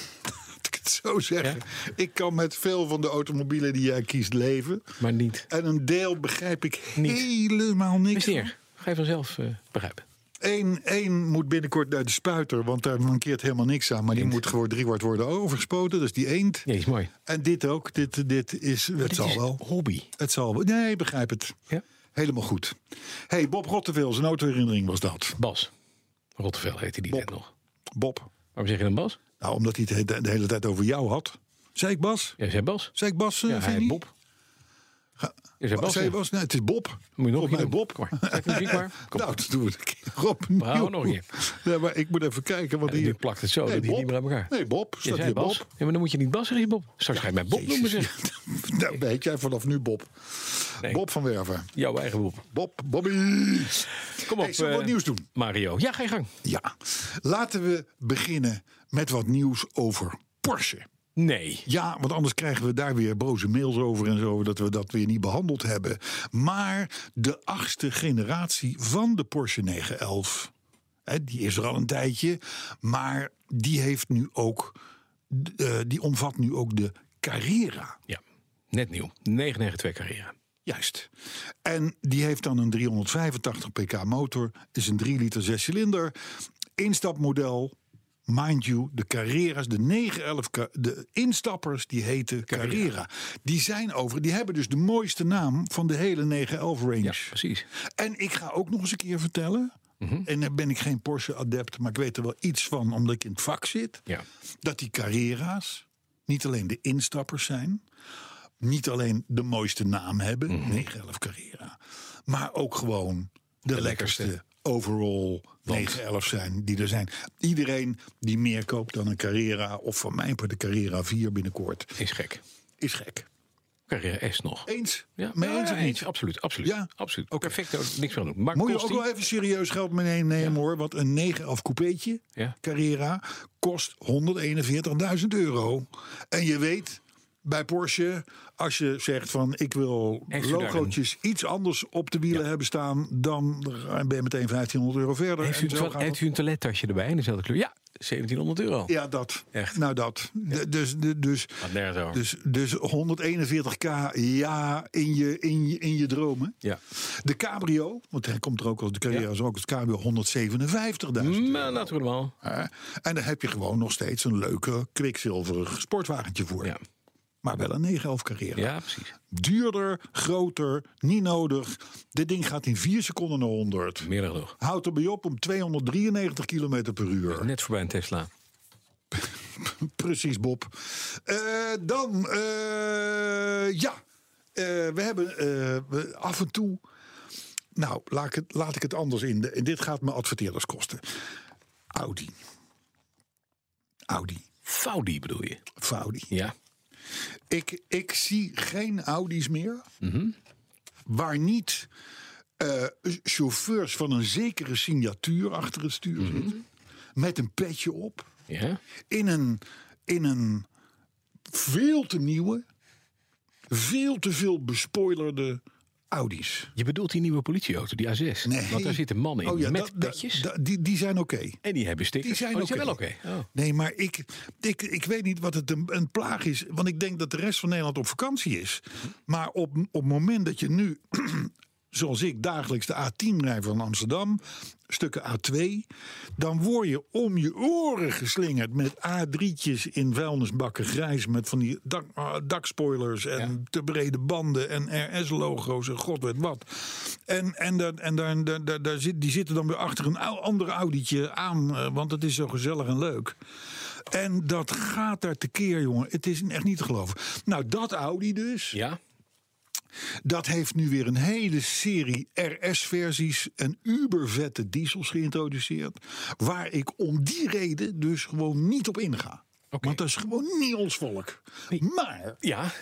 Speaker 4: [LAUGHS] laat ik het zo zeggen. Ik kan met veel van de automobielen die jij kiest leven.
Speaker 3: Maar niet.
Speaker 4: En een deel begrijp ik
Speaker 3: Niet.
Speaker 4: helemaal niks. van.
Speaker 3: Meneer, ga je vanzelf eh, begrijpen.
Speaker 4: Eén, één moet binnenkort naar de spuiter, want daar mankeert helemaal niks aan. Maar die moet gewoon driekwart worden overgespoten, dus die eend.
Speaker 3: Nee, is mooi.
Speaker 4: En dit ook, dit, dit is, het
Speaker 3: Dit
Speaker 4: zal
Speaker 3: is
Speaker 4: wel.
Speaker 3: hobby.
Speaker 4: Het zal wel. Nee, begrijp het.
Speaker 3: Ja.
Speaker 4: Helemaal goed. hey, Bob Rotteveel, zijn autoherinnering was dat.
Speaker 3: Bas. Rottevel heette die
Speaker 4: Bob.
Speaker 3: net nog.
Speaker 4: Bob.
Speaker 3: Waarom zeg je dan Bas?
Speaker 4: Nou, omdat hij het de, de hele tijd over jou had. Zei ik Bas?
Speaker 3: Jij zei Bas.
Speaker 4: Zei ik Bas?
Speaker 3: Ja,
Speaker 4: eh,
Speaker 3: hij
Speaker 4: Vinnie?
Speaker 3: heet Bob. Je zei Bas.
Speaker 4: Oh, Zei
Speaker 3: ja.
Speaker 4: je Bas? Nee, het is Bob.
Speaker 3: Moet je nog een keer
Speaker 4: Volgens
Speaker 3: doen. Kom
Speaker 4: mij Bob.
Speaker 3: maar. Zet de muziek
Speaker 4: [LAUGHS]
Speaker 3: maar. Kom.
Speaker 4: Nou, dat doen we een keer opnieuw.
Speaker 3: We houden nog een
Speaker 4: Nee, maar ik moet even kijken. Want
Speaker 3: Ja,
Speaker 4: hier...
Speaker 3: nu plakt het zo, dat doe je niet meer aan elkaar.
Speaker 4: Nee, Bob.
Speaker 3: Je
Speaker 4: Staat
Speaker 3: zei
Speaker 4: hier
Speaker 3: Bas.
Speaker 4: Bob.
Speaker 3: Ja, maar dan moet je niet Bas zeggen, Bob. Straks ga je mij Bob noemen, zeg.
Speaker 4: [LAUGHS] Jezus. Nou, weet jij vanaf nu Bob.
Speaker 3: Nee.
Speaker 4: Bob van Werven.
Speaker 3: Jouw eigen Bob.
Speaker 4: Bob, Bobby.
Speaker 3: Kom op.
Speaker 4: Hey, zullen we wat
Speaker 3: eh,
Speaker 4: nieuws doen?
Speaker 3: Mario. Ja, ga je gang.
Speaker 4: Ja. Laten we beginnen met wat nieuws over Porsche.
Speaker 3: Nee.
Speaker 4: Ja, want anders krijgen we daar weer boze mails over en zo, dat we dat weer niet behandeld hebben. Maar de achtste generatie van de Porsche 911, hè, die is er al een tijdje, maar die heeft nu ook, eh, die omvat nu ook de Carrera.
Speaker 3: Ja. Net nieuw. 992 Carrera.
Speaker 4: Juist. En die heeft dan een 385 pk motor, is een 3 liter 6 cilinder, instapmodel. Mind you, de Carreras, de 911, Ca- de instappers, die heten Carrera. Die zijn over, die hebben dus de mooiste naam van de hele 911 range.
Speaker 3: Ja, precies.
Speaker 4: En ik ga ook nog eens een keer vertellen, en dan ben ik geen Porsche-adept, maar ik weet er wel iets van omdat ik in het vak zit,
Speaker 3: Ja.
Speaker 4: dat die Carrera's niet alleen de instappers zijn, niet alleen de mooiste naam hebben, 911 Carrera, maar ook gewoon de, lekkerste, overall 911 zijn die er zijn. Iedereen die meer koopt dan een Carrera of van mij part de Carrera 4 binnenkort,
Speaker 3: Is gek.
Speaker 4: is gek.
Speaker 3: Carrera S nog.
Speaker 4: Eens?
Speaker 3: Ja,
Speaker 4: Mee eens of niet?
Speaker 3: Absoluut, absoluut.
Speaker 4: Ja?
Speaker 3: absoluut. Perfect, ook niks van doen. Maar
Speaker 4: Moet je
Speaker 3: kost
Speaker 4: ook wel
Speaker 3: die-
Speaker 4: even serieus geld meenemen nemen hoor. Want een 911 coupeetje,
Speaker 3: Ja.
Speaker 4: Carrera, kost 141.000 euro. En je weet bij Porsche, als je zegt van ik wil
Speaker 3: Heeft u daar
Speaker 4: logootjes iets anders op de wielen hebben staan, dan ben je meteen 1500 euro verder.
Speaker 3: Heeft u, een
Speaker 4: En zo
Speaker 3: toilet-
Speaker 4: gaat
Speaker 3: heeft
Speaker 4: het.
Speaker 3: u een toilettasje erbij in dezelfde kleur? Ja, 1700 euro.
Speaker 4: Ja, dat.
Speaker 3: Echt? Ah,
Speaker 4: Nou, dat. D- Dus, d- dus,
Speaker 3: Gaat nergens over.
Speaker 4: dus, dus 141k, ja, in je, in je, in je dromen.
Speaker 3: Ja.
Speaker 4: De cabrio, want hij komt er ook als de carrière,
Speaker 3: Ja. Mhm.
Speaker 4: is ook als cabrio 157.000.
Speaker 3: Maar natuurlijk.
Speaker 4: Hè? En daar heb je gewoon nog steeds een leuke kwikzilverig sportwagentje voor.
Speaker 3: Ja.
Speaker 4: Maar wel een 911 carrière.
Speaker 3: ja, precies.
Speaker 4: Duurder, groter, niet nodig. Dit ding gaat in 4 seconden naar 100.
Speaker 3: Meer dan genoeg.
Speaker 4: Houdt erbij op om 293 km per uur.
Speaker 3: Net voorbij een Tesla.
Speaker 4: Precies, Bob. Eh, dan, eh, ja, Eh, we hebben eh, we- af en toe. Nou, laat ik het, laat ik het anders in. De- en dit gaat me adverteerders kosten. Audi. Audi.
Speaker 3: Faudi bedoel je?
Speaker 4: Audi.
Speaker 3: Ja.
Speaker 4: Ik, ik zie geen Audi's meer. Waar niet eh, chauffeurs van een zekere signatuur achter het stuur zitten. Met een petje op.
Speaker 3: Ja.
Speaker 4: In een, in een veel te nieuwe, veel te veel bespoilerde Audi's.
Speaker 3: Je bedoelt die nieuwe politieauto, die A6. Want daar zitten mannen in
Speaker 4: Oh ja,
Speaker 3: met
Speaker 4: dat- dat-
Speaker 3: petjes.
Speaker 4: dat- die, die zijn oké.
Speaker 3: en die hebben stickers.
Speaker 4: Die zijn,
Speaker 3: oh,
Speaker 4: oké.
Speaker 3: wel oké. Oh.
Speaker 4: Nee, maar ik, ik, ik weet niet wat het een, een plaag is. Want ik denk dat de rest van Nederland op vakantie is. Maar op, op het moment dat je nu zoals ik, dagelijks de A10 rij van Amsterdam, stukken A2, dan word je om je oren geslingerd met A3'tjes in vuilnisbakken grijs met van die dak, ah, dakspoilers en te brede banden en RS-logo's en god weet wat. En, en, daar, en daar, daar, daar, daar zit, die zitten dan weer achter een ou- ander Audi'tje aan, eh, want het is zo gezellig en leuk. En dat gaat daar tekeer, jongen. Het is echt niet te geloven. Nou, dat Audi dus.
Speaker 3: Ja?
Speaker 4: Dat heeft nu weer een hele serie RS-versies en ubervette diesels geïntroduceerd. Waar ik om die reden dus gewoon niet op inga. Want dat is gewoon niet ons volk. Maar
Speaker 3: Ja.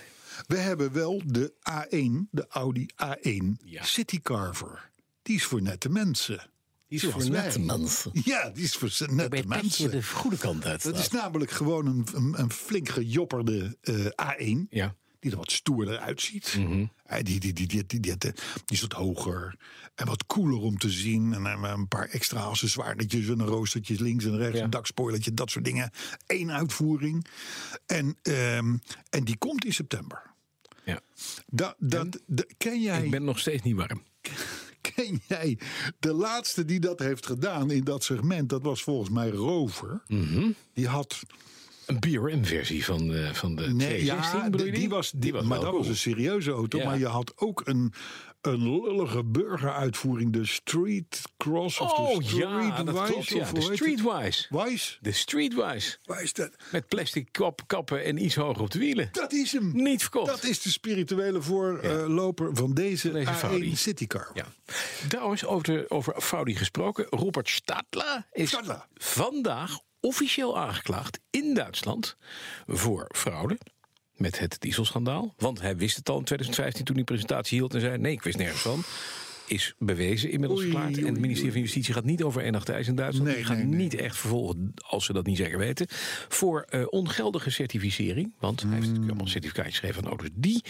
Speaker 4: we hebben wel de A1, de Audi A1
Speaker 3: Ja.
Speaker 4: City Carver. Die is voor nette mensen.
Speaker 3: Die
Speaker 4: Zoals wij.
Speaker 3: mensen.
Speaker 4: Ja, die is voor z- nette mensen.
Speaker 3: goede kant uit.
Speaker 4: Dat is namelijk gewoon een, een, een flink gejopperde eh, A1.
Speaker 3: Ja.
Speaker 4: Die er wat stoerder uitziet.
Speaker 3: Mhm.
Speaker 4: Eh, Die, die, die, die, die, die, die is wat hoger. En wat cooler om te zien. En eh, een paar extra accessoiretjes en een roostertjes links en rechts.
Speaker 3: Ja.
Speaker 4: Een dakspoilertje, dat soort dingen. Eén uitvoering. En, ehm, en die komt in september.
Speaker 3: ja.
Speaker 4: Dat, dat, de- ken, jij,
Speaker 3: Ik ben nog steeds niet warm.
Speaker 4: [LAUGHS] ken jij de laatste die dat heeft gedaan in dat segment? Dat was volgens mij Rover.
Speaker 3: Mhm.
Speaker 4: Die had
Speaker 3: Een BRM-versie van de, van de
Speaker 4: Nee,
Speaker 3: 216,
Speaker 4: ja,
Speaker 3: bedoel
Speaker 4: die,
Speaker 3: je
Speaker 4: die was, die,
Speaker 3: was
Speaker 4: maar
Speaker 3: wel
Speaker 4: dat was
Speaker 3: cool.
Speaker 4: een serieuze auto.
Speaker 3: Ja.
Speaker 4: Maar je had ook een, een lullige burgeruitvoering. De Street Cross of de
Speaker 3: Oh
Speaker 4: Street
Speaker 3: ja, dat
Speaker 4: Wise,
Speaker 3: klopt. Ja.
Speaker 4: of
Speaker 3: De
Speaker 4: hoe heet het?
Speaker 3: Streetwise.
Speaker 4: Wise?
Speaker 3: De Streetwise.
Speaker 4: Wise, dat,
Speaker 3: Met plastic kap, kappen en iets hoger op de wielen.
Speaker 4: dat is hem.
Speaker 3: Niet verkocht.
Speaker 4: Dat is de spirituele voorloper van deze,
Speaker 3: Deze
Speaker 4: A1
Speaker 3: Audi.
Speaker 4: Citycar.
Speaker 3: Ja. Trouwens, over, over Faudi gesproken. Robert Stadler is
Speaker 4: Stadler.
Speaker 3: vandaag officieel aangeklaagd in Duitsland voor fraude. Met het dieselschandaal. Want hij wist het al in 2015 toen hij presentatie hield en zei: Nee, ik wist nergens van. Is bewezen inmiddels
Speaker 4: Oei,
Speaker 3: verklaard. En
Speaker 4: oei,
Speaker 3: het ministerie van Justitie gaat niet over enig thuis in Duitsland.
Speaker 4: Nee,
Speaker 3: die gaan
Speaker 4: nee, nee.
Speaker 3: niet echt vervolgen als ze dat niet zeker weten. Voor eh, ongeldige certificering. Want
Speaker 4: Hmm.
Speaker 3: hij heeft natuurlijk allemaal certificaatjes gegeven aan auto's die.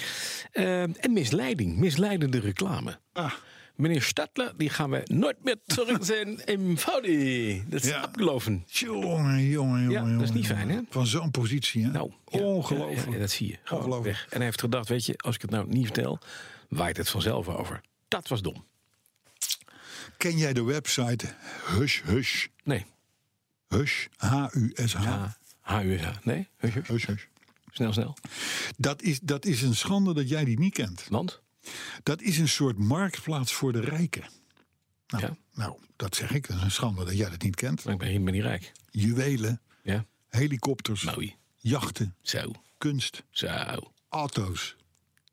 Speaker 3: eh, en misleiding, misleidende reclame.
Speaker 4: Ah,
Speaker 3: Meneer Stadler, die gaan we nooit meer
Speaker 4: [LAUGHS]
Speaker 3: terugzien in Vaudi. Dat is
Speaker 4: Ja.
Speaker 3: afgeloven.
Speaker 4: jongen, jongen, jongen.
Speaker 3: Ja, dat is
Speaker 4: jongen,
Speaker 3: niet fijn, hè?
Speaker 4: Van zo'n positie, hè?
Speaker 3: Nou, ja,
Speaker 4: Ongelooflijk.
Speaker 3: ja, ja, dat zie je. Gewoon
Speaker 4: Ongelooflijk.
Speaker 3: Weg. En hij heeft gedacht, weet je, als ik het nou niet vertel, waait het vanzelf over. Dat was dom.
Speaker 4: Ken jij de website Hush Hush?
Speaker 3: Nee.
Speaker 4: Hush, H-U-S-H.
Speaker 3: H-U-S-H. Nee? Hush, hush.
Speaker 4: Hush Hush.
Speaker 3: Snel, snel.
Speaker 4: Dat is, dat is een schande dat jij die niet kent.
Speaker 3: Want?
Speaker 4: Dat is een soort marktplaats voor de rijken. Nou,
Speaker 3: Ja.
Speaker 4: nou, dat zeg ik. Dat is een schande dat jij dat niet kent.
Speaker 3: Maar ik ben, ik ben niet rijk.
Speaker 4: Juwelen,
Speaker 3: Ja?
Speaker 4: helikopters,
Speaker 3: Mooi.
Speaker 4: jachten,
Speaker 3: Zo.
Speaker 4: kunst,
Speaker 3: Zo.
Speaker 4: auto's.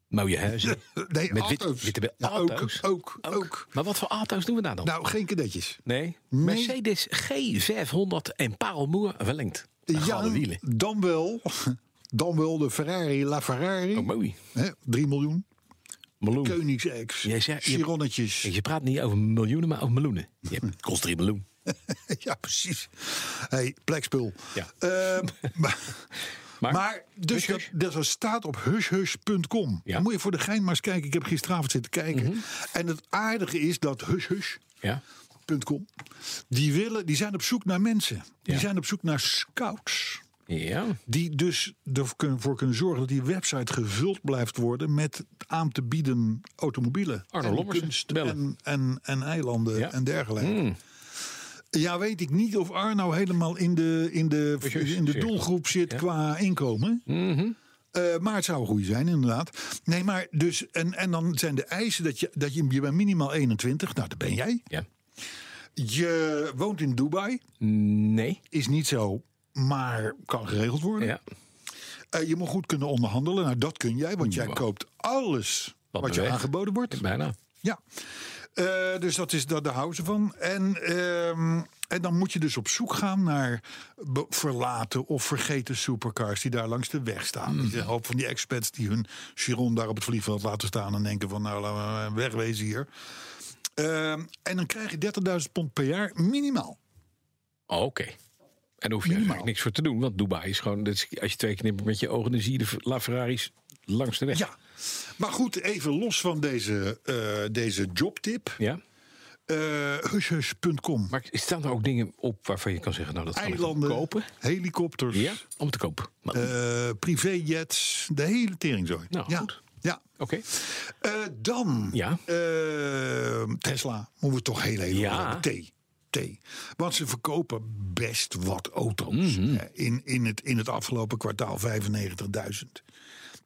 Speaker 3: Mooie
Speaker 4: [LAUGHS]
Speaker 3: huizen.
Speaker 4: Nee,
Speaker 3: Met wit-
Speaker 4: auto's.
Speaker 3: witte be-
Speaker 4: Ja, ook,
Speaker 3: auto's?
Speaker 4: Ook, ook,
Speaker 3: Maar wat voor auto's doen we daar dan?
Speaker 4: Nou, geen kadetjes.
Speaker 3: nee? Mercedes G500 en parelmoer verlengd. Aan gouden wielen.
Speaker 4: dan wel, [LAUGHS] dan wel de Ferrari La
Speaker 3: Ook
Speaker 4: Ferrari.
Speaker 3: Oh, mooi.
Speaker 4: Hè, 3 miljoen.
Speaker 3: Meloen.
Speaker 4: Koenigseggs,
Speaker 3: Jij zei- je-
Speaker 4: Chironnetjes.
Speaker 3: Kijk, Je praat niet over miljoenen, maar over meloenen. Je hebt- kost 3 miljoen.
Speaker 4: [LAUGHS] Ja, precies. hey, plekspul.
Speaker 3: Ja.
Speaker 4: Ehm, [LAUGHS] maar,
Speaker 3: Maar-
Speaker 4: maar, dus
Speaker 3: Hush Hush?
Speaker 4: Dat, dat staat op hushhush.com.
Speaker 3: Ja. Mhm.
Speaker 4: Dan Moet je voor de gein maar eens kijken. Ik heb gisteravond zitten kijken. En het aardige is dat hushhush.com...
Speaker 3: Ja.
Speaker 4: Die, willen, die zijn op zoek naar mensen.
Speaker 3: Ja.
Speaker 4: Die zijn op zoek naar scouts.
Speaker 3: Ja.
Speaker 4: Die dus ervoor kunnen zorgen dat die website gevuld blijft worden... met aan te bieden automobielen.
Speaker 3: Arno
Speaker 4: en
Speaker 3: Lommersen,
Speaker 4: kunst
Speaker 3: bellen.
Speaker 4: en, en, en eilanden
Speaker 3: Ja. Hmm.
Speaker 4: en dergelijke. Ja, weet ik niet of Arno helemaal in de, in de,
Speaker 3: Precies,
Speaker 4: in de
Speaker 3: zeker.
Speaker 4: doelgroep zit qua inkomen.
Speaker 3: Mhm.
Speaker 4: Eh, maar het zou een goede zijn, inderdaad. Nee, maar dus, en, en dan zijn de eisen dat je, dat je, je bent minimaal 21, nou, dat ben jij.
Speaker 3: ja.
Speaker 4: Je woont in Dubai,
Speaker 3: Nee.
Speaker 4: is niet zo, maar kan geregeld worden.
Speaker 3: Ja.
Speaker 4: Eh, je moet goed kunnen onderhandelen, nou, dat kun jij, want jij
Speaker 3: Wow.
Speaker 4: koopt alles
Speaker 3: Wat
Speaker 4: wat, je
Speaker 3: beweegt.
Speaker 4: aangeboden wordt.
Speaker 3: Bijna.
Speaker 4: Ja, Eh, dus dat is, dat, daar houden ze van. En, ehm, en dan moet je dus op zoek gaan naar be- verlaten of vergeten supercars die daar langs de weg
Speaker 3: Mm.
Speaker 4: staan. Die Een hoop van die expats die hun Chiron daar op het vliegveld laten staan en denken van nou, laten we wegwezen hier. Ehm, en dan krijg je 30.000 pond per jaar minimaal.
Speaker 3: Oh, Oké. En daar hoef je eigenlijk niks voor te doen. Want Dubai is gewoon... dat is- Als je twee knippert met je ogen, dan zie je de F- La Ferraris langs de weg.
Speaker 4: Ja. Maar goed, even los van deze, eh, deze jobtip.
Speaker 3: Ja.
Speaker 4: eh hushus.com.
Speaker 3: Maar staan er ook dingen op waarvan je kan zeggen... Nou, dat kan
Speaker 4: Eilanden,
Speaker 3: ik dan kopen.
Speaker 4: helikopters,
Speaker 3: Ja. Om te kopen. Maar-
Speaker 4: eh privéjets, de hele teringzooi.
Speaker 3: Nou,
Speaker 4: ja.
Speaker 3: goed.
Speaker 4: Ja.
Speaker 3: Oké.
Speaker 4: Eh, dan
Speaker 3: Ja.
Speaker 4: eh, Tesla. Moeten we toch heel even
Speaker 3: Ja.
Speaker 4: over hebben. Eh, T. T. Want ze verkopen best wat auto's. Eh, in, in, het, in het afgelopen kwartaal 95.000.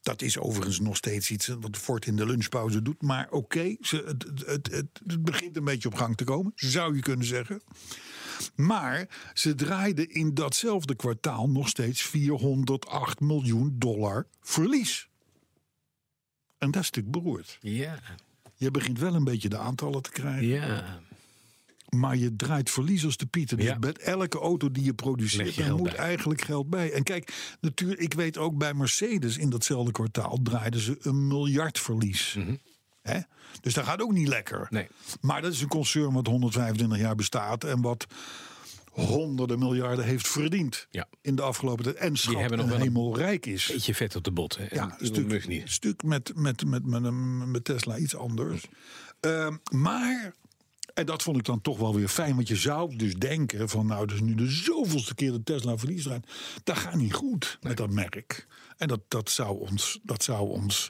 Speaker 4: Dat is overigens nog steeds iets wat Ford in de lunchpauze doet. Maar oké, ze- het, het, het, het, het begint een beetje op gang te komen, zou je kunnen zeggen. Maar ze draaiden in datzelfde kwartaal nog steeds 408 miljoen dollar verlies. En dat is natuurlijk beroerd.
Speaker 3: Ja.
Speaker 4: Je begint wel een beetje de aantallen te krijgen.
Speaker 3: Ja.
Speaker 4: Maar je draait verlies als de Pieter. Dus
Speaker 3: Ja.
Speaker 4: met elke auto die je produceert,
Speaker 3: Leg je
Speaker 4: daar
Speaker 3: geld
Speaker 4: moet
Speaker 3: bij.
Speaker 4: eigenlijk geld bij. En kijk, natuurlijk, ik weet ook bij Mercedes in datzelfde kwartaal draaiden ze een miljard verlies. Hè? Dus dat gaat ook niet lekker.
Speaker 3: Mhm. Nee.
Speaker 4: Maar dat is een concern wat 125 jaar bestaat en wat honderden miljarden heeft verdiend
Speaker 3: Ja.
Speaker 4: in de afgelopen tijd. En schat
Speaker 3: hebben nog
Speaker 4: en
Speaker 3: wel een
Speaker 4: hemelrijk is.
Speaker 3: Beetje vet op de bot. Hè?
Speaker 4: Ja,
Speaker 3: En
Speaker 4: een
Speaker 3: Elon
Speaker 4: stuk,
Speaker 3: Musk
Speaker 4: een
Speaker 3: niet.
Speaker 4: stuk met, met, met, met, met Tesla iets anders.
Speaker 3: Hm.
Speaker 4: Ehm, maar, en dat vond ik dan toch wel weer fijn. Want je zou dus denken van nou, dus nu de zoveelste keer de Tesla verlies draait. Dat gaat niet goed met dat merk. En dat, dat, zou, ons, dat zou ons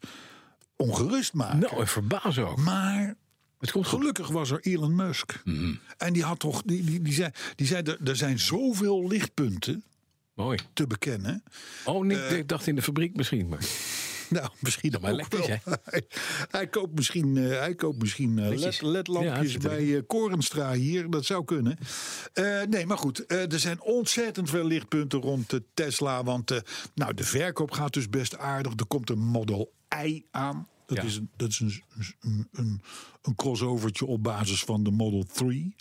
Speaker 4: ongerust maken.
Speaker 3: Nou, en verbaas ook.
Speaker 4: Maar
Speaker 3: Het komt goed.
Speaker 4: Gelukkig was er Elon Musk.
Speaker 3: Mhm.
Speaker 4: En die had toch, die, die, die zei, die zei er, er zijn zoveel lichtpunten
Speaker 3: Mooi.
Speaker 4: te bekennen.
Speaker 3: Oh,
Speaker 4: Eh,
Speaker 3: nee, ik dacht in de fabriek misschien. Maar
Speaker 4: [LAUGHS] Nou, misschien dan
Speaker 3: maar elektrisch,
Speaker 4: [LAUGHS] Hij, hij koopt misschien, eh, hij koopt misschien eh,
Speaker 3: Lichtjes.
Speaker 4: led, ledlampjes
Speaker 3: Ja, dat
Speaker 4: bij eh, Korenstra hier. Dat zou kunnen. Eh, nee, maar goed. eh, er zijn ontzettend veel lichtpunten rond de Tesla. Want eh, nou, de verkoop gaat dus best aardig. Er komt een Model I aan. Dat
Speaker 3: Ja.
Speaker 4: is, een, dat is een, een, een, een crossovertje op basis van de Model 3.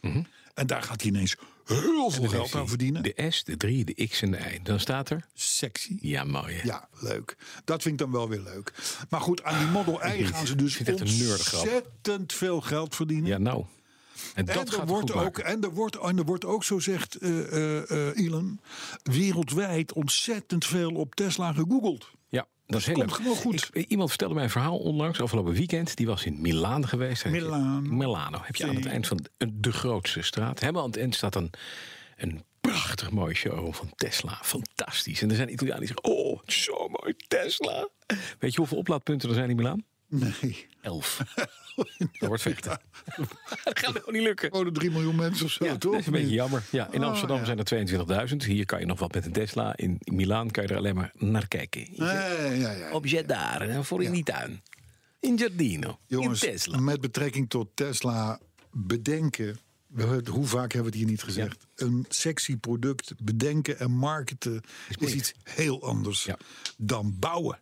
Speaker 3: Mhm.
Speaker 4: En daar gaat hij ineens heel veel geld aan verdienen.
Speaker 3: de S, de 3, de X en de Y. Dan staat er...
Speaker 4: Sexy.
Speaker 3: Ja, mooi. hè?
Speaker 4: Ja, leuk. Dat vind ik dan wel weer leuk. Maar goed, aan
Speaker 3: Ah,
Speaker 4: die Model I gaan ze dus
Speaker 3: vind het echt een nerdgrap.
Speaker 4: ontzettend veel geld verdienen.
Speaker 3: Ja, nou. En dat
Speaker 4: en,
Speaker 3: gaat
Speaker 4: er
Speaker 3: het
Speaker 4: wordt
Speaker 3: goed
Speaker 4: ook,
Speaker 3: maken.
Speaker 4: en, er wordt, en er wordt ook, zo zegt eh eh, eh, Elon, wereldwijd ontzettend veel op Tesla gegoogeld.
Speaker 3: Ja, dat is heel
Speaker 4: komt
Speaker 3: leuk.
Speaker 4: gewoon goed.
Speaker 3: Ik- iemand vertelde mij een verhaal onlangs, afgelopen weekend. Die was in Milaan geweest. Hij-
Speaker 4: Milaan.
Speaker 3: Milano. Heb je aan het eind van de, eh, de grootste straat. Helemaal aan het eind staat een, een prachtig mooi showroom van Tesla. Fantastisch. En er zijn Italianen die zeggen, oh, zo mooi, Tesla. Weet je hoeveel oplaadpunten er zijn in Milaan?
Speaker 4: Nee. [LAUGHS]
Speaker 3: Elf. Dat wordt vechten. [LAUGHS] dat gaat nog niet lukken.
Speaker 4: Oh, de 3 miljoen mensen of zo,
Speaker 3: Ja,
Speaker 4: toch?
Speaker 3: dat is een beetje jammer. Ja, in
Speaker 4: Oh,
Speaker 3: Amsterdam
Speaker 4: ja.
Speaker 3: zijn er 22.000. Hier kan je nog wat met een Tesla. In Milaan kan je er alleen maar naar kijken.
Speaker 4: Ah, Nee, ja, ja.
Speaker 3: Objet daar, hè, voor in die tuin. In Giardino,
Speaker 4: Jongens,
Speaker 3: in Tesla.
Speaker 4: met betrekking tot Tesla bedenken. we- Hoe vaak hebben we het hier niet gezegd? Een sexy product bedenken en marketen is,
Speaker 3: moeilijk.
Speaker 4: iets heel anders
Speaker 3: Ja. Mhm.
Speaker 4: dan bouwen.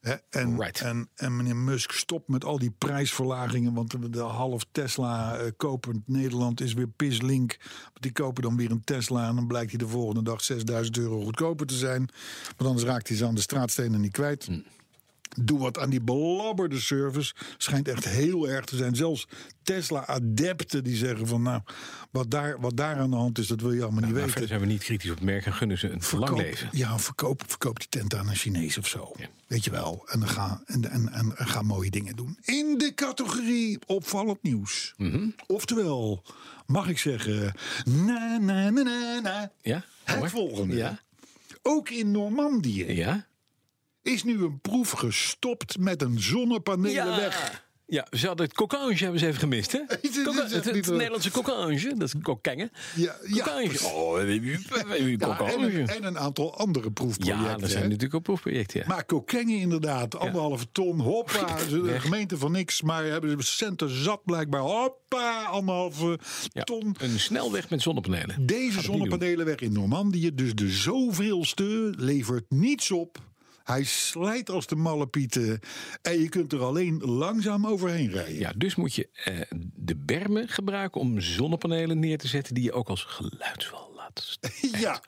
Speaker 4: Hè, en,
Speaker 3: Right.
Speaker 4: en, en meneer Musk, stop met al die prijsverlagingen. Want de half Tesla eh, kopend Nederland is weer pislink. Want Die kopen dan weer een Tesla. En dan blijkt hij de volgende dag 6000 euro goedkoper te zijn. Want anders raakt hij ze aan de straatstenen niet kwijt.
Speaker 3: Mm.
Speaker 4: Doe wat aan die belabberde service. Schijnt echt heel erg te zijn. Zelfs Tesla-adepten die zeggen van... nou, wat daar, wat daar aan de hand is, dat wil je allemaal niet
Speaker 3: Maar
Speaker 4: weten.
Speaker 3: verder zijn we niet kritisch op het merk en gunnen ze een lang leven.
Speaker 4: Ja, verkoop, verkoop die tent aan een Chinees of zo. Weet je wel. En dan ga, en, en, en, en ga mooie dingen doen. In de categorie opvallend nieuws.
Speaker 3: Mhm.
Speaker 4: Oftewel, mag ik zeggen... Na, na, na, na, na.
Speaker 3: Ja?
Speaker 4: Het
Speaker 3: Hoor.
Speaker 4: volgende.
Speaker 3: Ja?
Speaker 4: Ook in Normandië
Speaker 3: Ja?
Speaker 4: is nu een proef gestopt met een zonnepanelenweg.
Speaker 3: Ja, ze hadden het cocange hebben ze even gemist, hè?
Speaker 4: [LAUGHS] dit is
Speaker 3: Coca-
Speaker 4: echt
Speaker 3: het, het
Speaker 4: niet waar.
Speaker 3: Nederlandse cocange, dat is kokengen.
Speaker 4: Ja, ja,
Speaker 3: Cocange.
Speaker 4: precies.
Speaker 3: Oh, eh, eh, eh,
Speaker 4: Ja, en, een,
Speaker 3: cocange.
Speaker 4: en een aantal andere proefprojecten.
Speaker 3: Ja, dat zijn
Speaker 4: hè.
Speaker 3: natuurlijk ook proefprojecten, ja.
Speaker 4: Maar Kokenge inderdaad, anderhalve ton, hoppa. ze- De gemeente van niks, maar hebben ze centen zat blijkbaar. Hoppa, anderhalve
Speaker 3: Ja,
Speaker 4: ton.
Speaker 3: Een snelweg met zonnepanelen.
Speaker 4: Deze zonnepanelen weg in Normandië, dus de zoveelste, levert niets op. Hij slijt als de malle pieten. En je kunt er alleen langzaam overheen rijden. [LAUGHS]
Speaker 3: Ja, dus moet je eh, de bermen gebruiken om zonnepanelen neer te zetten... die je ook als geluidswal laat staan.
Speaker 4: Ja.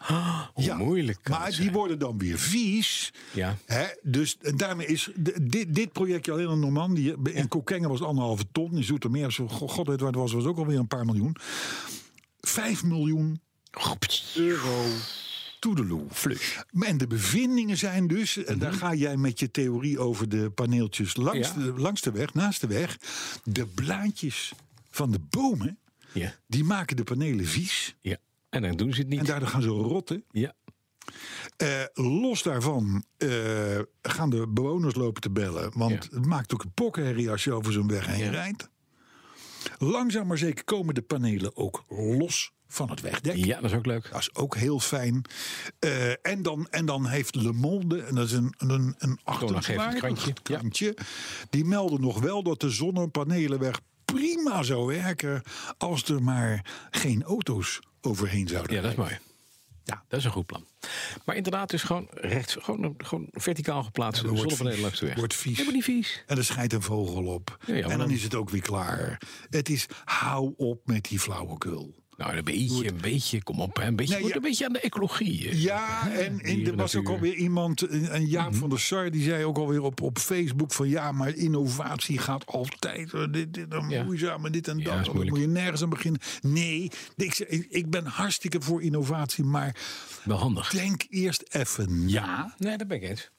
Speaker 3: Hoe
Speaker 4: Ja,
Speaker 3: moeilijk kan
Speaker 4: Maar
Speaker 3: het
Speaker 4: die
Speaker 3: zijn?
Speaker 4: worden dan weer vies.
Speaker 3: Ja.
Speaker 4: Hè? Dus en daarmee is d- dit, dit projectje alleen in Normandië. In Kokkengen was het anderhalve ton. In Zoetermeer, zo, go- god weet waar het was, was ook alweer een paar miljoen. Vijf miljoen euro. Toedeloe. Flush. En de bevindingen zijn dus, en daar ga jij met je theorie over de paneeltjes langs,
Speaker 3: Ja.
Speaker 4: de, langs de weg, naast de weg. De blaadjes van de bomen,
Speaker 3: Ja.
Speaker 4: die maken de panelen vies.
Speaker 3: ja, en dan doen ze het niet.
Speaker 4: En daardoor gaan ze rotten.
Speaker 3: Ja.
Speaker 4: Eh, los daarvan eh, gaan de bewoners lopen te bellen. Want
Speaker 3: Ja.
Speaker 4: het maakt ook een pokkenherrie als je over zo'n weg heen
Speaker 3: Ja.
Speaker 4: rijdt. Langzaam maar zeker komen de panelen ook los van het wegdek.
Speaker 3: Ja, dat is ook leuk.
Speaker 4: Dat is ook heel fijn. Eh, en, dan, en dan heeft Le Monde, en dat is een, een, een achterwaardig
Speaker 3: krantje. Ja.
Speaker 4: krantje, die melden nog wel dat de zonnepanelenweg prima zou werken als er maar geen auto's overheen zouden.
Speaker 3: Ja, dat is mooi. Ja, dat is een goed plan. Maar inderdaad, dus gewoon rechts, gewoon, gewoon verticaal geplaatst.
Speaker 4: Ja,
Speaker 3: Ja,
Speaker 4: maar wordt
Speaker 3: zonnepanelen langs
Speaker 4: vies.
Speaker 3: de weg.
Speaker 4: Wordt vies.
Speaker 3: Ja, maar niet vies.
Speaker 4: En er schijnt een vogel op.
Speaker 3: Ja, ja, maar
Speaker 4: en dan
Speaker 3: dan-
Speaker 4: is het ook weer klaar. Het is hou op met die flauwekul.
Speaker 3: Nou, een beetje, een beetje, kom op. hè, Een beetje,
Speaker 4: Nee,
Speaker 3: wordt
Speaker 4: ja.
Speaker 3: een beetje aan de ecologie. eh.
Speaker 4: Ja, en, en er was
Speaker 3: natuur.
Speaker 4: ook alweer iemand, een een
Speaker 3: Mhm.
Speaker 4: Jaap van der Sar, die zei ook alweer op, op Facebook van ja, maar innovatie gaat altijd eh, dit, dit, en
Speaker 3: Ja.
Speaker 4: moeizaam en dit en
Speaker 3: Ja,
Speaker 4: dat.
Speaker 3: is
Speaker 4: Dan
Speaker 3: moeilijk.
Speaker 4: moet je nergens aan beginnen. Nee, ik, zeg, ik- ik ben hartstikke voor innovatie, maar
Speaker 3: Wel handig.
Speaker 4: denk eerst even ja.
Speaker 3: Nee, dat ben ik eens.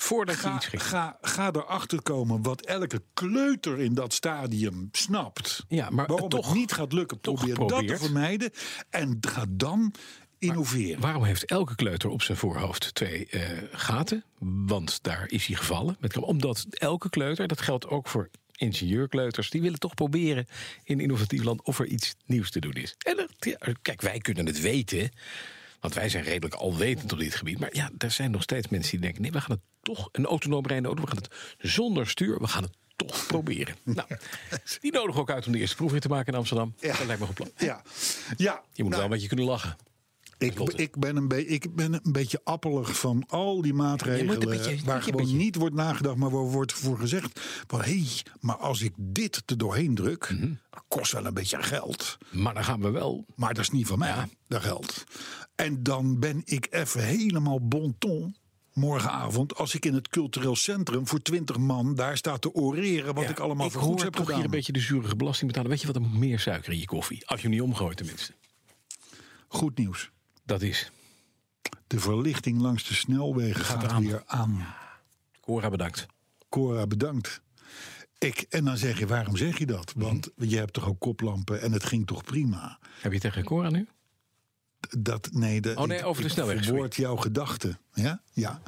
Speaker 3: Voordat je
Speaker 4: Ga,
Speaker 3: iets ging.
Speaker 4: ga, ga erachter komen wat elke kleuter in dat stadium snapt.
Speaker 3: Ja, maar
Speaker 4: Waarom
Speaker 3: toch-
Speaker 4: het niet gaat lukken,
Speaker 3: toch
Speaker 4: probeer dat te
Speaker 3: geprobeerd.
Speaker 4: vermijden. En ga dan innoveren.
Speaker 3: Waarom heeft elke kleuter op zijn voorhoofd twee eh, gaten? Want daar is hij gevallen. Met, omdat elke kleuter, dat geldt ook voor ingenieurkleuters... die willen toch proberen in innovatief land of er iets nieuws te doen is. En dat- ja, kijk, wij kunnen het weten... Want wij zijn redelijk alwetend op dit gebied. Maar ja, er zijn nog steeds mensen die denken... nee, we gaan het toch, een autonoom rijden auto... we gaan het zonder stuur, we gaan het toch
Speaker 4: [LAUGHS]
Speaker 3: proberen. Nou, die nodigen we ook uit om de eerste proefrit te maken in Amsterdam. Dat lijkt me een goed plan.
Speaker 4: Ja, ja
Speaker 3: Je moet
Speaker 4: nou,
Speaker 3: wel een beetje kunnen lachen.
Speaker 4: Ik,
Speaker 3: Lotte.
Speaker 4: ik, ben een be- ik ben een beetje appelig van al die maatregelen.
Speaker 3: een beetje- moet je
Speaker 4: waar
Speaker 3: een
Speaker 4: gewoon
Speaker 3: beetje-
Speaker 4: niet wordt nagedacht, maar waar wordt voor gezegd. van hé, maar als ik dit er doorheen druk,
Speaker 3: Mhm.
Speaker 4: dat kost wel een beetje geld.
Speaker 3: Maar dan gaan we wel
Speaker 4: Maar dat is niet van mij, dat geld. En dan ben ik even helemaal bon ton morgenavond... als ik in het cultureel centrum voor twintig man daar sta te oreren... wat
Speaker 3: Ja,
Speaker 4: ik allemaal voor
Speaker 3: hoor
Speaker 4: goed heb
Speaker 3: toch
Speaker 4: gedaan.
Speaker 3: hier een beetje de zurige belasting betalen. Weet je wat, er moet meer suiker in je koffie. Als je hem niet omgooit tenminste.
Speaker 4: Goed nieuws.
Speaker 3: Dat is.
Speaker 4: De verlichting langs de snelwegen gaat,
Speaker 3: aan.
Speaker 4: weer aan.
Speaker 3: Cora bedankt.
Speaker 4: Cora, bedankt. Ik, en dan zeg je, waarom zeg je dat? Want
Speaker 3: Mhm.
Speaker 4: je hebt toch ook koplampen en het ging toch prima?
Speaker 3: Heb je tegen Cora nu?
Speaker 4: Dat, nee, dat,
Speaker 3: Oh, nee,
Speaker 4: ik-
Speaker 3: over de
Speaker 4: ik
Speaker 3: snelweg, sorry.
Speaker 4: verwoord jouw gedachten. Ja? ja.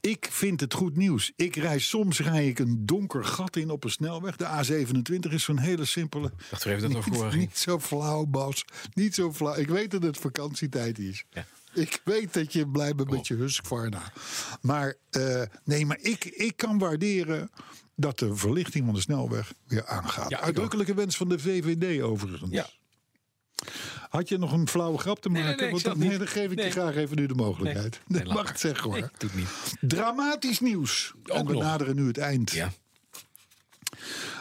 Speaker 4: Ik vind het goed nieuws. Ik rij, soms rij ik een donker gat in op een snelweg. De A27 is zo'n hele simpele...
Speaker 3: Dacht er even dat het over Cora
Speaker 4: [LAUGHS] Niet,
Speaker 3: ging.
Speaker 4: niet zo flauw, Bas. Niet zo flauw. Ik weet dat het vakantietijd is.
Speaker 3: Ja.
Speaker 4: Ik weet dat je blij bent met je Husqvarna. Maar eh, nee, maar ik, ik kan waarderen dat de verlichting van de snelweg weer aangaat.
Speaker 3: Ja, ik
Speaker 4: Uitdrukkelijke wens van de VVD overigens.
Speaker 3: Ja.
Speaker 4: Had je nog een flauwe grap te maken?
Speaker 3: nee, nee, ik
Speaker 4: Want
Speaker 3: zat
Speaker 4: dan,
Speaker 3: niet.
Speaker 4: nee, dan geef ik
Speaker 3: Nee.
Speaker 4: je graag even nu de mogelijkheid.
Speaker 3: Nee,
Speaker 4: Nee,
Speaker 3: laat
Speaker 4: [LAUGHS] mag
Speaker 3: maar.
Speaker 4: het zeggen hoor.
Speaker 3: Nee, doe het niet.
Speaker 4: Dramatisch nieuws.
Speaker 3: Ook
Speaker 4: en we
Speaker 3: nog.
Speaker 4: naderen nu het eind
Speaker 3: Ja.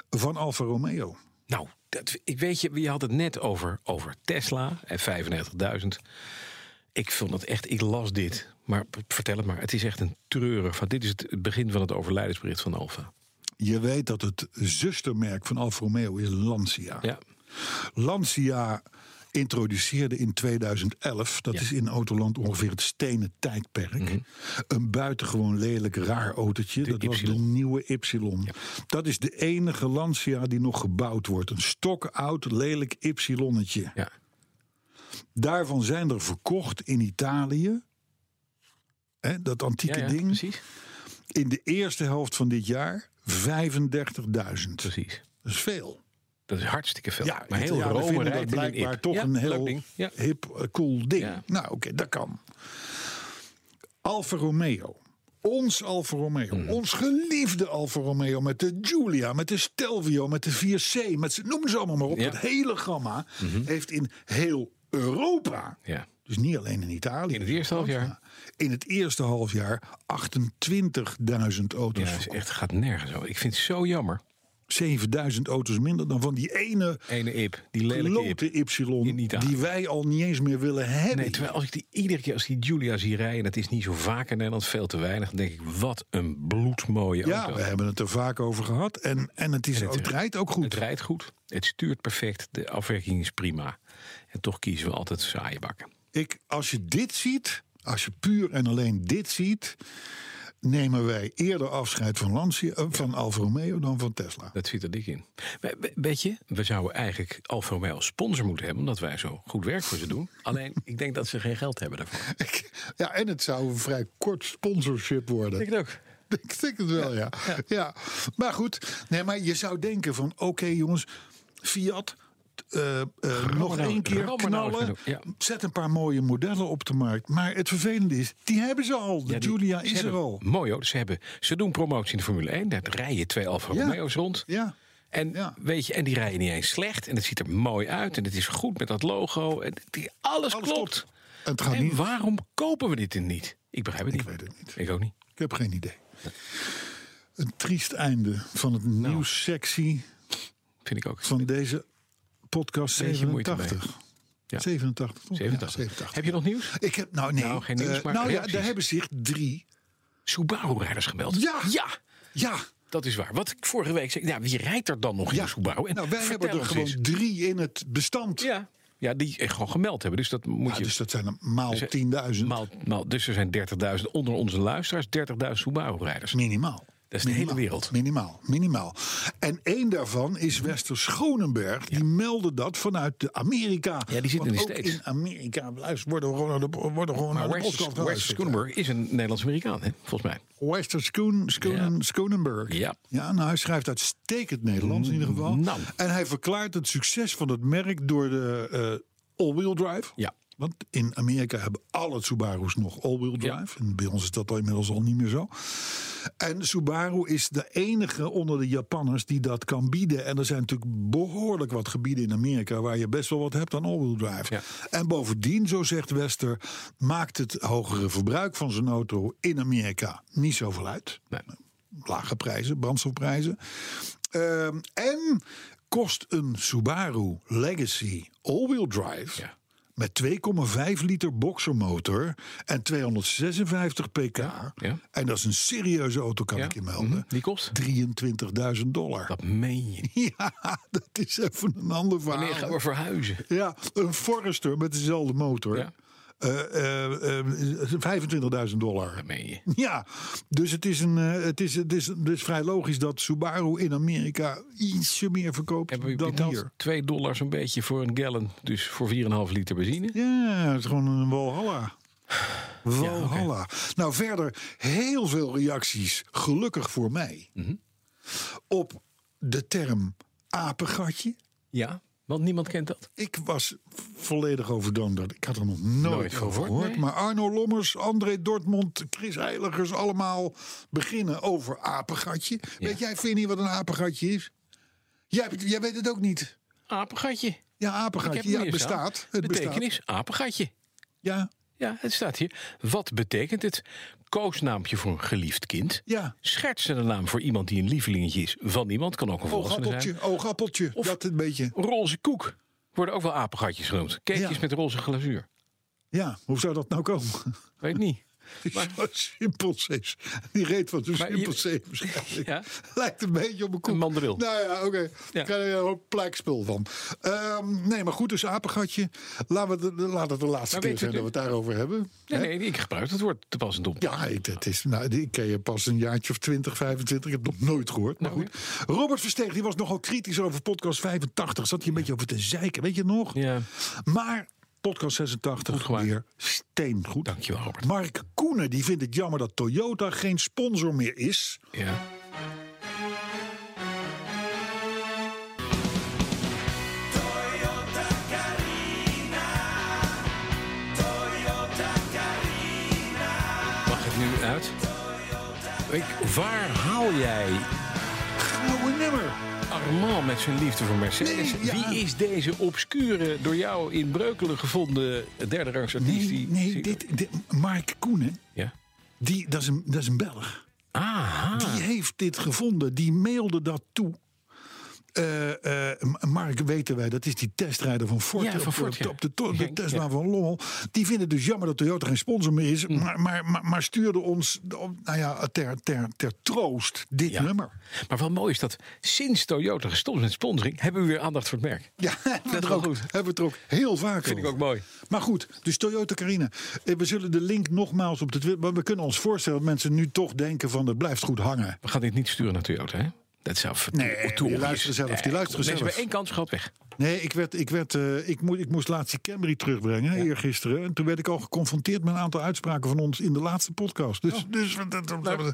Speaker 4: van Alfa Romeo.
Speaker 3: Nou, dat, ik weet je, je had het net over, over Tesla en 35.000. Ik vond dat echt, ik las dit. Maar p- vertel het maar, het is echt een treurig. Van, dit is het begin van het overlijdensbericht van Alfa.
Speaker 4: Je weet dat het zustermerk van Alfa Romeo is Lancia.
Speaker 3: Ja.
Speaker 4: Lancia introduceerde in 2011, dat
Speaker 3: Ja. Mhm.
Speaker 4: is in Autoland ongeveer het stenen tijdperk, een buitengewoon lelijk raar autootje. dat was
Speaker 3: Y.
Speaker 4: de nieuwe Y. Dat is de enige Lancia die nog gebouwd wordt. Een stokoud lelijk Y-tje.
Speaker 3: ja.
Speaker 4: Daarvan zijn er verkocht in Italië. Hè, dat
Speaker 3: Ja,
Speaker 4: antieke
Speaker 3: ja,
Speaker 4: ding.
Speaker 3: precies.
Speaker 4: In de eerste helft van dit jaar 35.000. Dat
Speaker 3: Precies.
Speaker 4: is veel.
Speaker 3: Dat is hartstikke veel.
Speaker 4: Ja,
Speaker 3: maar heel
Speaker 4: Italianen
Speaker 3: Rome
Speaker 4: vinden dat
Speaker 3: rijdt in een
Speaker 4: blijkbaar
Speaker 3: ip.
Speaker 4: toch
Speaker 3: Ja,
Speaker 4: een heel
Speaker 3: leuk ding. Ja.
Speaker 4: hip, eh, cool ding.
Speaker 3: Ja.
Speaker 4: Nou, oké, dat kan. Alfa Romeo. Ons Alfa Romeo.
Speaker 3: Hmm.
Speaker 4: Ons geliefde Alfa Romeo. Met de Giulia, met de Stelvio, met de 4C. Met, z'n- noem ze allemaal maar op.
Speaker 3: Ja. Mhm.
Speaker 4: Dat hele gamma heeft in heel Europa...
Speaker 3: Ja.
Speaker 4: Dus niet alleen in Italië.
Speaker 3: In het eerste halfjaar.
Speaker 4: In het eerste halfjaar 28.000 auto's.
Speaker 3: Ja, het is echt, gaat nergens over. Ik vind het zo jammer.
Speaker 4: 7.000 auto's minder dan van die ene
Speaker 3: Ene ip, die lelijke ip.
Speaker 4: klote Y
Speaker 3: In Italië.
Speaker 4: die wij al niet eens meer willen hebben.
Speaker 3: Nee, terwijl als ik die iedere keer als ik die Julia zie rijden, dat is niet zo vaak in Nederland, veel te weinig, dan denk ik, wat een bloedmooie
Speaker 4: ja,
Speaker 3: auto.
Speaker 4: we hebben het er vaak over gehad. En, en het, is, ook- het rijdt ook
Speaker 3: Het
Speaker 4: goed.
Speaker 3: rijdt goed, het stuurt perfect, de afwerking is prima. En toch kiezen we altijd saaie bakken.
Speaker 4: Ik, als je dit ziet, als je puur en alleen dit ziet... nemen wij eerder afscheid van, Lancia, eh, van Alfa Romeo dan van Tesla.
Speaker 3: Dat zit er dik in. We- we- Weet je, we zouden eigenlijk Alfa Romeo als sponsor moeten hebben, omdat wij zo goed werk voor ze doen. Alleen, ik denk dat ze geen geld hebben daarvoor.
Speaker 4: [LAUGHS] Ik, Ja, en het zou een vrij kort sponsorship worden.
Speaker 3: Ik denk het ook.
Speaker 4: [LAUGHS] Ik denk het wel, ja. ja. Maar goed, nee, maar je zou denken van... oké jongens, Fiat, eh, eh, nog
Speaker 3: nou-
Speaker 4: één keer
Speaker 3: rammen nou
Speaker 4: knallen.
Speaker 3: even door, ja.
Speaker 4: Zet een paar mooie modellen op de markt. Maar het vervelende is, die hebben ze al. De
Speaker 3: Ja, die-
Speaker 4: Julia
Speaker 3: ze
Speaker 4: is er
Speaker 3: hebben-
Speaker 4: al.
Speaker 3: Mooi hoor. Ze, hebben, ze doen promotie in de Formule 1. Daar rijden twee Alfa
Speaker 4: Ja.
Speaker 3: Romeo's rond.
Speaker 4: Ja.
Speaker 3: En,
Speaker 4: Ja.
Speaker 3: weet je, en die rijden niet eens slecht. En het ziet er mooi uit. En het is goed met dat logo. En die, alles,
Speaker 4: Alles
Speaker 3: klopt.
Speaker 4: klopt. Het gaat
Speaker 3: en
Speaker 4: niet.
Speaker 3: waarom kopen we dit dan niet? Ik begrijp het niet.
Speaker 4: weet het niet.
Speaker 3: Ik ook niet.
Speaker 4: Ik heb geen idee. Een triest einde van het nieuwssectie
Speaker 3: Vind Nou. ik ook.
Speaker 4: van deze podcast
Speaker 3: Beetje moeite
Speaker 4: 87.
Speaker 3: Ja.
Speaker 4: 87, toch? Ja,
Speaker 3: 87. Heb je nog nieuws?
Speaker 4: Ik heb, nou nee.
Speaker 3: Nou, geen nieuws,
Speaker 4: eh,
Speaker 3: maar
Speaker 4: nou ja,
Speaker 3: reacties.
Speaker 4: daar hebben zich drie.
Speaker 3: Subaru-rijders gebeld.
Speaker 4: Ja.
Speaker 3: Ja!
Speaker 4: Ja,
Speaker 3: Dat is waar. Wat ik vorige week zei, nou, wie rijdt er dan nog in
Speaker 4: ja.
Speaker 3: een Subaru? En
Speaker 4: nou, wij
Speaker 3: vertel
Speaker 4: hebben er
Speaker 3: ons
Speaker 4: gewoon
Speaker 3: eens.
Speaker 4: drie in het bestand. Ja,
Speaker 3: Ja. ja, die echt gewoon gemeld hebben. Dus dat moet je...
Speaker 4: dus dat zijn er maal 10.000.
Speaker 3: eh, Maal, maal- dus er zijn 30.000 onder onze luisteraars, 30.000 Subaru-rijders.
Speaker 4: Minimaal.
Speaker 3: Dat is de hele
Speaker 4: Minimaal.
Speaker 3: wereld. Mhm.
Speaker 4: Minimaal, minimaal. En één daarvan is Wester Schonenberg. Die meldde dat vanuit de Amerika.
Speaker 3: Ja, die zit
Speaker 4: Want
Speaker 3: in de
Speaker 4: ook
Speaker 3: States.
Speaker 4: in Amerika luister, worden we gewoon naar de, worden we gewoon naar
Speaker 3: Maar
Speaker 4: de
Speaker 3: West,
Speaker 4: podcast
Speaker 3: West
Speaker 4: geluisterd.
Speaker 3: Schoenberg is een Nederlands-Amerikaan, hè, volgens mij.
Speaker 4: Wester Schoen, Schoenen,
Speaker 3: Ja.
Speaker 4: Schoenenberg.
Speaker 3: Ja.
Speaker 4: ja, nou hij schrijft uitstekend Nederlands in ieder geval.
Speaker 3: Nou.
Speaker 4: En hij verklaart het succes van het merk door de eh, all-wheel drive.
Speaker 3: Ja.
Speaker 4: Want in Amerika hebben alle Subaru's nog all-wheel drive. En bij ons is dat al inmiddels al niet meer zo. En Subaru is de enige onder de Japanners die dat kan bieden. En er zijn natuurlijk behoorlijk wat gebieden in Amerika waar je best wel wat hebt aan all-wheel drive.
Speaker 3: Ja.
Speaker 4: En bovendien, zo zegt Wester, maakt het hogere verbruik van zijn auto in Amerika niet zoveel uit.
Speaker 3: Nee.
Speaker 4: Lage prijzen, brandstofprijzen. Ehm, en kost een Subaru Legacy all-wheel drive
Speaker 3: Ja.
Speaker 4: met 2,5 liter boxermotor en 256 pk.
Speaker 3: ja.
Speaker 4: En dat is een serieuze auto, kan
Speaker 3: Ja,
Speaker 4: ik je melden.
Speaker 3: mhm. Die kost?
Speaker 4: 23.000 dollar.
Speaker 3: Dat meen je.
Speaker 4: [LAUGHS] Ja, dat is even een ander verhaal.
Speaker 3: Wanneer gaan we verhuizen?
Speaker 4: Ja, een Forester met dezelfde motor.
Speaker 3: Ja.
Speaker 4: Eh, eh, eh, 25.000 dollar.
Speaker 3: Dat meen je.
Speaker 4: [LAUGHS] Ja, dus het is, een, eh, het, is, het, is, het is vrij logisch dat Subaru in Amerika ietsje meer verkoopt
Speaker 3: Hebben we
Speaker 4: dan
Speaker 3: betaald
Speaker 4: hier.
Speaker 3: 2 dollar een beetje voor een gallon, dus voor 4,5 liter benzine?
Speaker 4: Ja, het is gewoon een Walhalla. Walhalla. Nou, verder heel veel reacties, gelukkig voor mij,
Speaker 3: Mhm.
Speaker 4: op de term apengatje.
Speaker 3: Ja, want niemand kent dat.
Speaker 4: Ik was volledig overdonderd. Ik had er nog nooit,
Speaker 3: Nooit
Speaker 4: over
Speaker 3: gehoord,
Speaker 4: gehoord.
Speaker 3: nee.
Speaker 4: Maar Arno Lommers, André Dortmund, Chris Heiligers... allemaal beginnen over apengatje. Weet jij, Vinnie, wat een apengatje is? Jij, hebt- jij weet het ook niet.
Speaker 3: Apengatje. Ik
Speaker 4: Ja,
Speaker 3: heb
Speaker 4: apengatje.
Speaker 3: hem
Speaker 4: Ja, het
Speaker 3: hier staan.
Speaker 4: bestaat. Het bestaat.
Speaker 3: Betekenis, apengatje.
Speaker 4: Ja,
Speaker 3: Ja, het staat hier. Wat betekent het? Koosnaampje voor een geliefd kind.
Speaker 4: ja.
Speaker 3: Schertsende naam voor iemand die een lievelingetje is van iemand. Kan ook een volwassene zijn.
Speaker 4: Oogappeltje, oogappeltje.
Speaker 3: Of-
Speaker 4: dat een beetje.
Speaker 3: Roze koek. Worden ook wel apengatjes genoemd. Cakejes
Speaker 4: Ja.
Speaker 3: met roze glazuur.
Speaker 4: Ja, hoe zou dat nou komen?
Speaker 3: Weet niet.
Speaker 4: Maar, Simpelsees. Die reet van zo'n
Speaker 3: Maar hier-
Speaker 4: simpelsees
Speaker 3: [LAUGHS]
Speaker 4: waarschijnlijk.
Speaker 3: Ja.
Speaker 4: Lijkt een beetje op een koek.
Speaker 3: Een mandril.
Speaker 4: Nou ja, oké.
Speaker 3: Ja.
Speaker 4: Krijg je er een hoop plekspul van. Ehm, nee, maar goed, dus apengatje. Laten we de, laat het de laatste
Speaker 3: Maar
Speaker 4: keer
Speaker 3: weet
Speaker 4: zijn
Speaker 3: u-
Speaker 4: dat we het daarover hebben.
Speaker 3: Nee, nee, ik gebruik dat woord te pas en op.
Speaker 4: Ja, het, het is, nou, ik ken je pas een jaartje of 20, 25. Ik heb het nog nooit gehoord. Maar goed. Robert Versteeg die was nogal kritisch over podcast 85. Zat hij een beetje over te zeiken, weet je nog?
Speaker 3: Ja.
Speaker 4: Maar podcast 86
Speaker 3: gewaar.
Speaker 4: weer steengoed.
Speaker 3: Dankjewel, Robert.
Speaker 4: Mark Koenen die vindt het jammer dat Toyota geen sponsor meer is.
Speaker 3: Ja. Mag het nu uit? Ik, waar haal jij Nou,
Speaker 4: Gouden nummer.
Speaker 3: Armand met zijn liefde voor Mercedes?
Speaker 4: Nee, ja.
Speaker 3: Wie is deze obscure, door jou in Breukelen gevonden derde rangs artiest?
Speaker 4: Nee,
Speaker 3: die-
Speaker 4: nee
Speaker 3: die-
Speaker 4: dit, dit- Mark Koenen,
Speaker 3: Ja.
Speaker 4: die, dat, is een, dat is een Belg.
Speaker 3: Aha.
Speaker 4: Die heeft dit gevonden, die mailde dat toe. Eh, eh, M- Mark weten wij, dat is die testrijder van Ford.
Speaker 3: Ja, van
Speaker 4: op, de-
Speaker 3: Ford,
Speaker 4: op de-
Speaker 3: ja.
Speaker 4: op de, to- de
Speaker 3: Ja,
Speaker 4: Tesla
Speaker 3: ja.
Speaker 4: van Lommel. Die vinden het dus jammer dat Toyota geen sponsor meer is.
Speaker 3: Mm.
Speaker 4: Maar, maar, maar, maar stuurde ons, om- nou ja, ter, ter, ter troost dit
Speaker 3: Ja.
Speaker 4: nummer. [LAUGHS]
Speaker 3: Maar wat mooi is dat sinds Toyota gestopt is met sponsoring, hebben we weer aandacht voor het merk.
Speaker 4: Ja, hebben we,
Speaker 3: is
Speaker 4: er
Speaker 3: wel
Speaker 4: ook,
Speaker 3: goed.
Speaker 4: hebben we het er ook heel vaak
Speaker 3: Vind ik
Speaker 4: over.
Speaker 3: ook mooi.
Speaker 4: Maar goed, dus Toyota Carina. Eh, We zullen de link nogmaals op de Twitter... Maar we kunnen ons voorstellen dat mensen nu toch denken van... het blijft goed hangen.
Speaker 3: We gaan dit niet sturen naar Toyota, hè? Dat zou ver-
Speaker 4: Nee,
Speaker 3: toe-
Speaker 4: die
Speaker 3: toe-
Speaker 4: luisteren zelf, die
Speaker 3: kom op,
Speaker 4: luisteren
Speaker 3: mensen,
Speaker 4: zelf.
Speaker 3: bij één kans gehad weg.
Speaker 4: Nee, ik, werd, ik, werd, eh, ik, moest, ik moest laatst die Camry terugbrengen, eergisteren. En toen werd ik al geconfronteerd met een aantal uitspraken van ons in de laatste podcast. Dus, dus
Speaker 3: Ja, Oh. nou,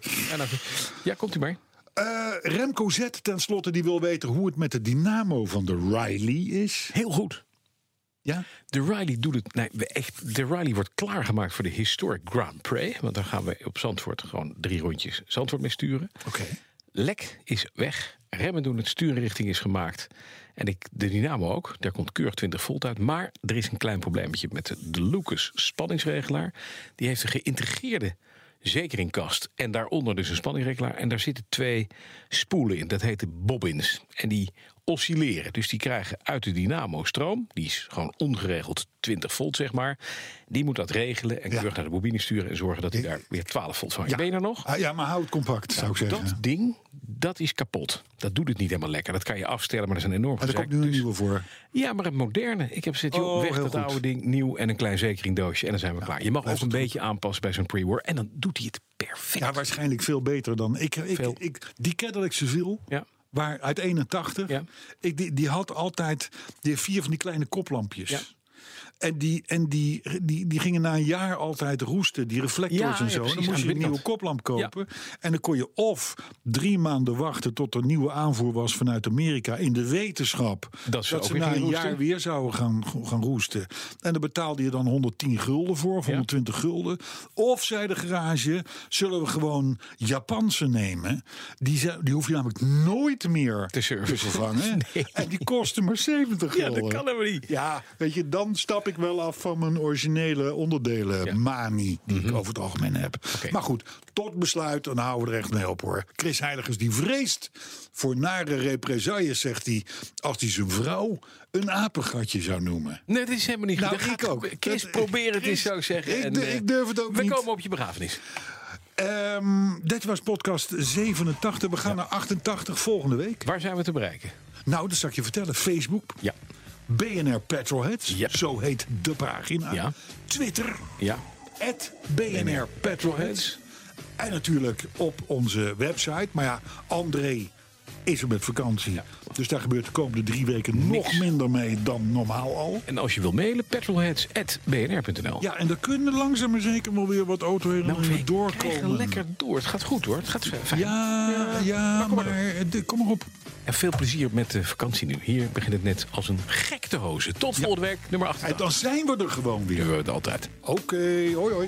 Speaker 3: ja, komt u maar.
Speaker 4: Eh, Remco Z, tenslotte, die wil weten hoe het met de dynamo van de Riley is.
Speaker 3: Heel goed.
Speaker 4: Ja?
Speaker 3: De Riley doet het. Nee, we echt, de Riley wordt klaargemaakt voor de Historic Grand Prix. Want dan gaan we op Zandvoort gewoon drie rondjes Zandvoort mee sturen.
Speaker 4: Oké.
Speaker 3: Lek is weg. Remmen doen, het stuurrichting is gemaakt. En ik, de dynamo ook, daar komt keurig 20 volt uit. Maar er is een klein probleempje met de, de Lucas spanningsregelaar. Die heeft een geïntegreerde zekeringkast. En daaronder dus een spanningregelaar. En daar zitten twee spoelen in. Dat heet de bobbins. En die oscilleren. Dus die krijgen uit de dynamo stroom. Die is gewoon ongeregeld 20 volt, zeg maar. Die moet dat regelen en
Speaker 4: Ja.
Speaker 3: keurig naar de bobine sturen... en zorgen dat hij daar weer 12 volt van. Ja. Ben je er nog?
Speaker 4: Ah, ja, maar hou het compact, zou ik zeggen.
Speaker 3: Dat ding, dat is kapot. Dat doet het niet helemaal lekker. Dat kan je afstellen, maar dat is een enorm
Speaker 4: maar er
Speaker 3: gezeik.
Speaker 4: komt nu een
Speaker 3: Dus-
Speaker 4: nieuwe voor.
Speaker 3: Ja, maar een moderne. Ik heb zit, joh,
Speaker 4: Oh,
Speaker 3: weg
Speaker 4: heel
Speaker 3: dat
Speaker 4: goed.
Speaker 3: oude ding, nieuw en een klein zekeringdoosje. En dan zijn we klaar. Je mag ook een beetje aanpassen bij zo'n pre-war. En dan doet hij het perfect.
Speaker 4: Ja, waarschijnlijk veel beter dan. Ik, ik,
Speaker 3: Veel.
Speaker 4: Ik, die Cadillac Seville,
Speaker 3: Ja.
Speaker 4: waar, uit 81,
Speaker 3: Ja.
Speaker 4: ik, die, die had altijd die heeft vier van die kleine koplampjes.
Speaker 3: Ja.
Speaker 4: En, die, en die, die, die gingen na een jaar altijd roesten, die reflectors
Speaker 3: Ja, ja,
Speaker 4: en zo. En dan
Speaker 3: precies,
Speaker 4: moest
Speaker 3: aan
Speaker 4: je
Speaker 3: de
Speaker 4: een nieuwe
Speaker 3: binnenkant.
Speaker 4: koplamp kopen. En dan kon je of drie maanden wachten tot er nieuwe aanvoer was vanuit Amerika. In de wetenschap
Speaker 3: Dat ze ook weer
Speaker 4: na
Speaker 3: gingen
Speaker 4: een jaar
Speaker 3: roesten.
Speaker 4: weer zouden gaan, gaan roesten. En daar betaalde je dan 110 gulden voor, of 120 gulden. Of zei de garage, zullen we gewoon Japanse nemen? Die, ze- die hoef je namelijk nooit meer te,
Speaker 3: servicen.
Speaker 4: vervangen. En die kosten maar 70
Speaker 3: Ja,
Speaker 4: gulden.
Speaker 3: dat kan helemaal niet.
Speaker 4: Ja, weet je, dan stap ik wel af van mijn originele onderdelen mani, die
Speaker 3: Mhm.
Speaker 4: ik over het algemeen heb. Maar goed, tot besluit, dan houden we er echt mee op hoor. Chris Heiligers die vreest voor nare represailles, zegt hij, als hij zijn vrouw een apengatje zou noemen.
Speaker 3: Nee, dat is helemaal niet goed.
Speaker 4: Nou,
Speaker 3: Dat
Speaker 4: ik ook.
Speaker 3: Chris,
Speaker 4: Dat-
Speaker 3: probeer het eens,
Speaker 4: Chris,
Speaker 3: zou ik zeggen.
Speaker 4: ik
Speaker 3: En,
Speaker 4: du-
Speaker 3: eh,
Speaker 4: ik durf het ook
Speaker 3: We
Speaker 4: niet.
Speaker 3: komen op je begrafenis.
Speaker 4: Ehm, dit was podcast 87, we gaan naar 88 volgende week.
Speaker 3: Waar zijn we te bereiken?
Speaker 4: Nou, dat zal ik je vertellen, Facebook.
Speaker 3: Ja.
Speaker 4: BNR Petrolheads,
Speaker 3: Ja.
Speaker 4: zo heet de pagina.
Speaker 3: Ja.
Speaker 4: Twitter,
Speaker 3: Ja.
Speaker 4: at BNR Petrolheads. En natuurlijk op onze website. Maar ja, André is er met vakantie. Dus daar gebeurt de komende drie weken nog minder mee dan normaal al.
Speaker 3: En als je wil mailen, petrolheads.bnr.nl.
Speaker 4: Ja, en er kunnen langzaam maar zeker wel weer wat autoherinneringen
Speaker 3: we krijgen
Speaker 4: doorkomen.
Speaker 3: lekker door. Het gaat goed hoor. Het gaat fijn.
Speaker 4: Ja, ja, maar, de- kom maar op.
Speaker 3: En veel plezier met de vakantie nu. Hier begint het net als een gek te hozen. Tot volgende week, nummer
Speaker 4: En
Speaker 3: 88.
Speaker 4: dan zijn we er gewoon weer.
Speaker 3: Doen we het altijd.
Speaker 4: Oké, hoi hoi.